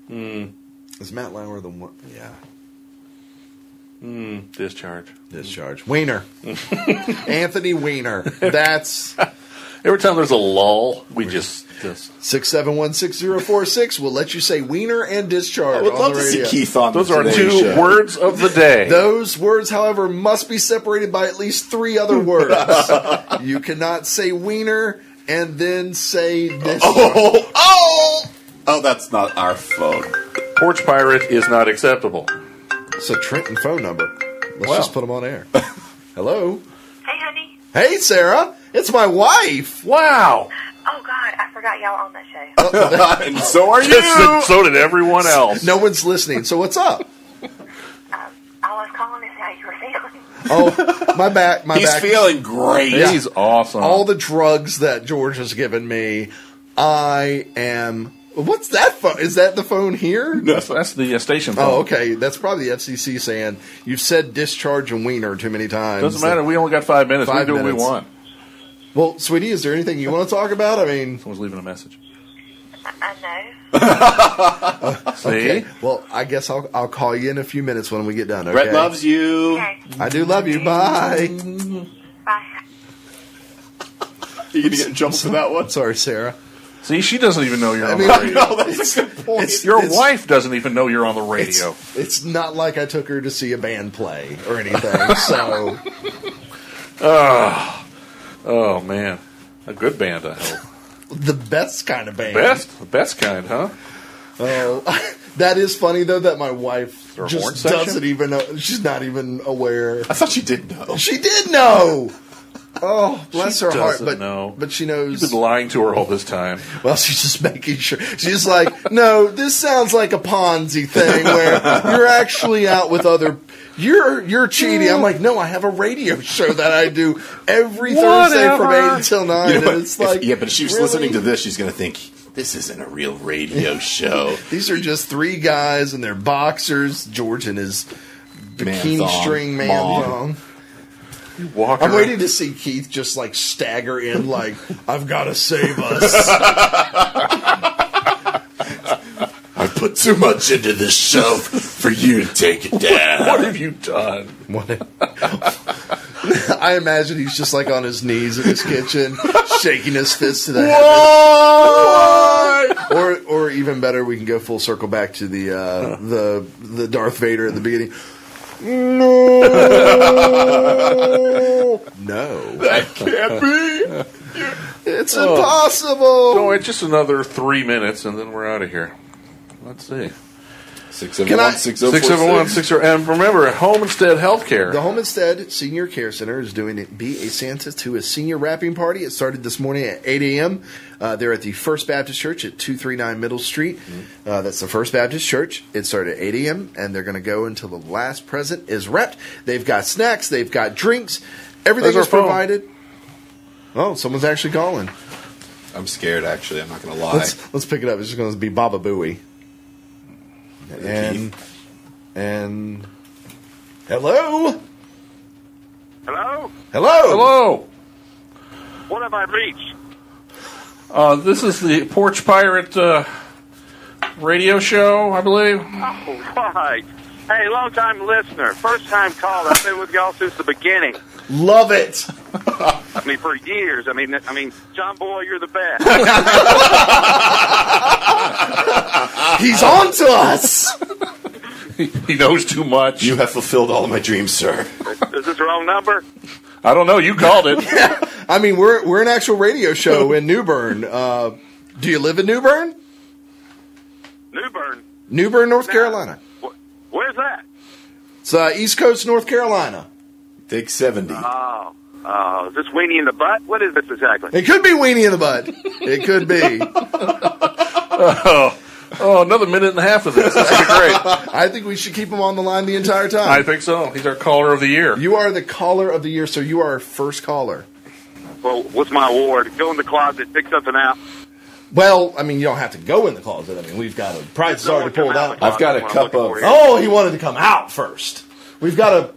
Speaker 4: Is Matt Lauer the one? Yeah.
Speaker 5: (laughs) Discharge.
Speaker 4: Discharge. Wiener. (laughs) Anthony Wiener. That's
Speaker 5: Every time there's a lull, we just just.
Speaker 4: 6716046. We'll let you say Wiener and discharge.
Speaker 6: I would
Speaker 4: on
Speaker 6: love
Speaker 4: the
Speaker 6: to see
Speaker 4: radio.
Speaker 6: Keith on
Speaker 5: Those
Speaker 6: the
Speaker 5: are
Speaker 6: Today
Speaker 5: two
Speaker 6: show.
Speaker 5: words of
Speaker 4: (laughs)
Speaker 5: the day.
Speaker 4: Those words, however, must be separated by at least three other
Speaker 6: (laughs)
Speaker 4: words. you cannot say Wiener and then say discharge.
Speaker 6: Oh, oh, oh! That's not our phone.
Speaker 5: Porch pirate is not acceptable.
Speaker 4: It's a Trenton phone number. Let's
Speaker 5: Wow.
Speaker 4: just put them on
Speaker 6: (laughs)
Speaker 4: air. Hello.
Speaker 9: Hey, honey.
Speaker 4: Hey, Sarah. It's my wife.
Speaker 5: Wow.
Speaker 9: Oh, God, I forgot y'all were on that show.
Speaker 6: and so are you.
Speaker 5: so did everyone else.
Speaker 4: No one's listening. So what's up? Oh, my back, my
Speaker 6: He's
Speaker 4: back.
Speaker 6: feeling great.
Speaker 4: Yeah.
Speaker 5: He's awesome.
Speaker 4: all the drugs that George has given me. I am. What's that phone? Is that the phone here?
Speaker 5: that's, that's the uh, station phone.
Speaker 4: Oh, okay. That's probably the FCC saying you've said discharge and wiener too many times.
Speaker 5: Doesn't matter. We only got five minutes.
Speaker 4: Five
Speaker 5: we can do
Speaker 4: minutes.
Speaker 5: what we want.
Speaker 4: Well, sweetie, is there anything you want to talk about? I mean,
Speaker 5: Someone's leaving a message.
Speaker 9: (laughs) I, I know.
Speaker 4: (laughs)
Speaker 5: See?
Speaker 4: okay. Well, I guess I'll I'll call you in a few minutes when we get done. Okay?
Speaker 6: Brett loves you.
Speaker 9: Okay.
Speaker 4: I do love you. Bye.
Speaker 9: Bye.
Speaker 6: You gonna get jumped for that one?
Speaker 4: Oh, Sorry, Sarah.
Speaker 5: See, she doesn't even know you're on
Speaker 4: mean, (laughs)
Speaker 5: the radio.
Speaker 6: No, that's a good point.
Speaker 4: It's-
Speaker 5: Your
Speaker 4: it's-
Speaker 5: wife doesn't even know you're on the
Speaker 4: It's,
Speaker 5: radio.
Speaker 4: it's not like I took her to see a band play or
Speaker 5: (laughs)
Speaker 4: anything. So
Speaker 5: Oh man, a good band, I hope.
Speaker 4: the best kind of band.
Speaker 5: Best, the best kind, huh?
Speaker 4: Oh, (laughs) that is funny though that my wife
Speaker 5: There a horn
Speaker 4: just
Speaker 5: section?
Speaker 4: doesn't even know. She's not even aware.
Speaker 6: I thought she did know.
Speaker 4: She did know. Oh, bless
Speaker 5: She
Speaker 4: her heart,
Speaker 5: doesn't
Speaker 4: but
Speaker 5: know.
Speaker 4: but she
Speaker 5: You've
Speaker 4: knows.
Speaker 5: been lying to her all this time.
Speaker 4: Well, (laughs) she's just making sure. She's like, no, this sounds like a Ponzi thing where you're actually out with other. You're you're cheating. I'm like, no, I have a radio show that I do every Thursday from
Speaker 5: Whatever.
Speaker 4: eight until nine.
Speaker 6: You know what?
Speaker 4: and it's
Speaker 6: If-
Speaker 4: like,
Speaker 6: yeah, but if she was
Speaker 4: really?
Speaker 6: listening to this, she's gonna think this isn't a real radio show.
Speaker 4: These are just three guys and they're boxers. George and his bikini
Speaker 6: thong.
Speaker 4: string man
Speaker 6: Mom.
Speaker 4: thong.
Speaker 5: You walk.
Speaker 4: I'm
Speaker 5: around-
Speaker 4: waiting to see Keith just like stagger in, like I've got to save us.
Speaker 6: I put too much into this show for you to take (laughs) it
Speaker 5: What
Speaker 6: down.
Speaker 5: have you done?
Speaker 4: What? (laughs) I imagine he's just like on his knees in his kitchen, shaking his fist to the heavens. Or, or even better, we can go full circle back to the uh, the the Darth Vader at the beginning. No, no,
Speaker 6: That can't
Speaker 5: (laughs)
Speaker 6: be.
Speaker 4: it's impossible.
Speaker 5: Oh, it's just another three minutes, and then we're out of here. Let's see.
Speaker 6: Six
Speaker 4: Can
Speaker 6: seven
Speaker 4: I-
Speaker 6: one six zero
Speaker 5: Six seven one six. And remember, Home Instead Healthcare.
Speaker 4: The Home Instead Senior Care Center is doing it. Be a Santa to a senior wrapping party. It started this morning at 8 a.m. Uh, they're at the First Baptist Church at 239 Middle Street.
Speaker 5: Mm-hmm.
Speaker 4: Uh, that's the First Baptist Church. It started at 8 a.m. and they're going to go until the last present is wrapped. They've got snacks. They've got drinks. Everything
Speaker 5: There's our
Speaker 4: is
Speaker 5: phone.
Speaker 4: provided. Oh, someone's actually calling.
Speaker 6: I'm scared. Actually, I'm not gonna lie.
Speaker 4: Let's let's pick it up. It's just going to be Baba Booey. And and hello,
Speaker 10: Hello?
Speaker 4: hello,
Speaker 5: Hello.
Speaker 10: What have I reached?
Speaker 5: Uh, this is the Porch Pirate uh, radio show, I believe.
Speaker 10: All right. Hey, long time listener, first time caller. I've been with y'all since the beginning.
Speaker 4: Love it.
Speaker 10: I mean, for years. I mean, I mean, John Boy, you're the best.
Speaker 6: Uh,
Speaker 4: He's on to us.
Speaker 5: (laughs) He knows too much.
Speaker 6: (laughs) You have fulfilled all my dreams, sir.
Speaker 10: Is this the wrong number?
Speaker 5: I don't know. You called it.
Speaker 4: I mean, we're we're an actual radio
Speaker 6: (laughs)
Speaker 4: show in New Bern. Uh, do you live in New Bern?
Speaker 10: Newburn.
Speaker 4: New Bern, North Carolina.
Speaker 10: Wh- Where's that?
Speaker 4: It's uh, East Coast, North Carolina.
Speaker 6: Take seventy.
Speaker 10: Oh, oh, is this Weenie in the butt? What is this exactly?
Speaker 4: It could be weenie in the butt. It could
Speaker 6: (laughs)
Speaker 4: be.
Speaker 5: (laughs) Oh, another minute and a half of this. This is great.
Speaker 4: I think we should keep him on the line the entire
Speaker 5: (laughs) I
Speaker 4: time.
Speaker 5: think so. He's our caller of the year.
Speaker 4: You are the caller of the year, so you are our first caller.
Speaker 10: Well, what's my award? Go in the closet, pick something out.
Speaker 4: Well, I mean, you don't have to go in the closet. I mean, we've got a prize is already pulled out.
Speaker 6: I've got a cup of-
Speaker 4: Oh, he wanted to come out first. We've got a.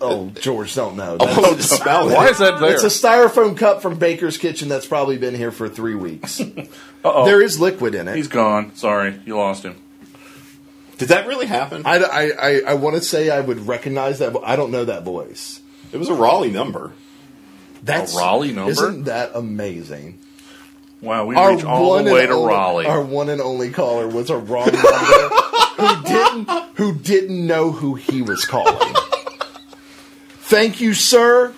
Speaker 4: Oh, George, don't know. That's-
Speaker 6: Oh, the smell.
Speaker 5: Why is that there?
Speaker 4: It's a styrofoam cup from Baker's Kitchen that's probably been here for three
Speaker 5: (laughs)
Speaker 4: weeks. There is liquid in it.
Speaker 5: He's gone. Sorry, you lost him.
Speaker 6: Did that really happen?
Speaker 4: I, I, I, I want to say I would recognize that. But I don't know that voice.
Speaker 6: It was a Raleigh number.
Speaker 4: That's
Speaker 5: Raleigh number?
Speaker 4: Isn't that amazing?
Speaker 5: Wow, we reached all the
Speaker 4: and
Speaker 5: way to
Speaker 4: only-
Speaker 5: Raleigh.
Speaker 4: Our one and only caller was a wrong number who didn't who didn't know who he was calling. Thank you, sir.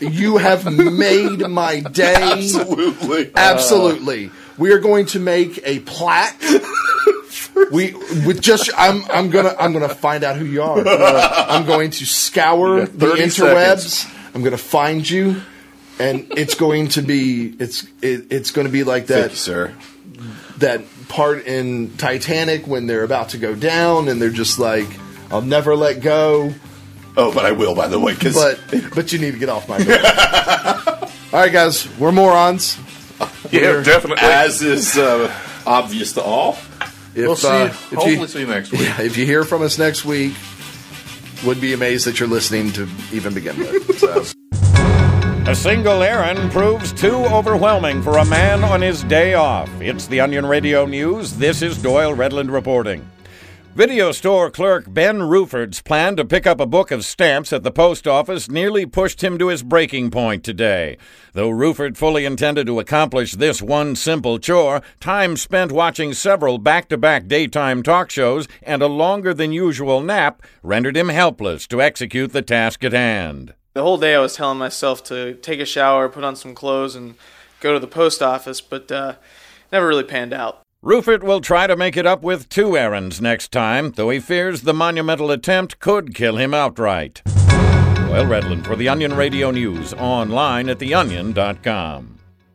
Speaker 4: You have made my day.
Speaker 6: Absolutely.
Speaker 4: Absolutely. we are going to make a plaque. we with just I'm I'm gonna I'm gonna find out who you are. Uh, I'm going to scour
Speaker 5: You got
Speaker 4: the
Speaker 5: 30
Speaker 4: interwebs. I'm gonna find you, and it's going to be it's it, it's going to be like
Speaker 6: Thank
Speaker 4: that
Speaker 6: you, sir.
Speaker 4: that part in Titanic when they're about to go down and they're just like I'll never let go.
Speaker 1: Oh, but I will, by the way, because
Speaker 4: but but you need to get off my back.
Speaker 5: (laughs)
Speaker 4: All right, guys, we're morons. We're-
Speaker 1: As is uh, obvious to all.
Speaker 4: If,
Speaker 5: We'll see you-
Speaker 4: uh, if
Speaker 5: hopefully see you next week.
Speaker 4: Yeah, (laughs) if you hear from us next week, would be amazed that you're listening to even begin with. So.
Speaker 6: A single errand proves too overwhelming for a man on his day off. It's the Onion Radio News. This is Doyle Redland reporting. Video store clerk Ben Ruford's plan to pick up a book of stamps at the post office nearly pushed him to his breaking point today. Though Ruford fully intended to accomplish this one simple chore, time spent watching several back to back daytime talk shows and a longer than usual nap rendered him helpless to execute the task at hand.
Speaker 11: The whole day I was telling myself to take a shower, put on some clothes, and go to the post office, but uh, never really panned out.
Speaker 6: Rufert will try to make it up with two errands next time, though he fears the monumental attempt could kill him outright. Well, Redland for the Onion Radio News, online at theonion.com.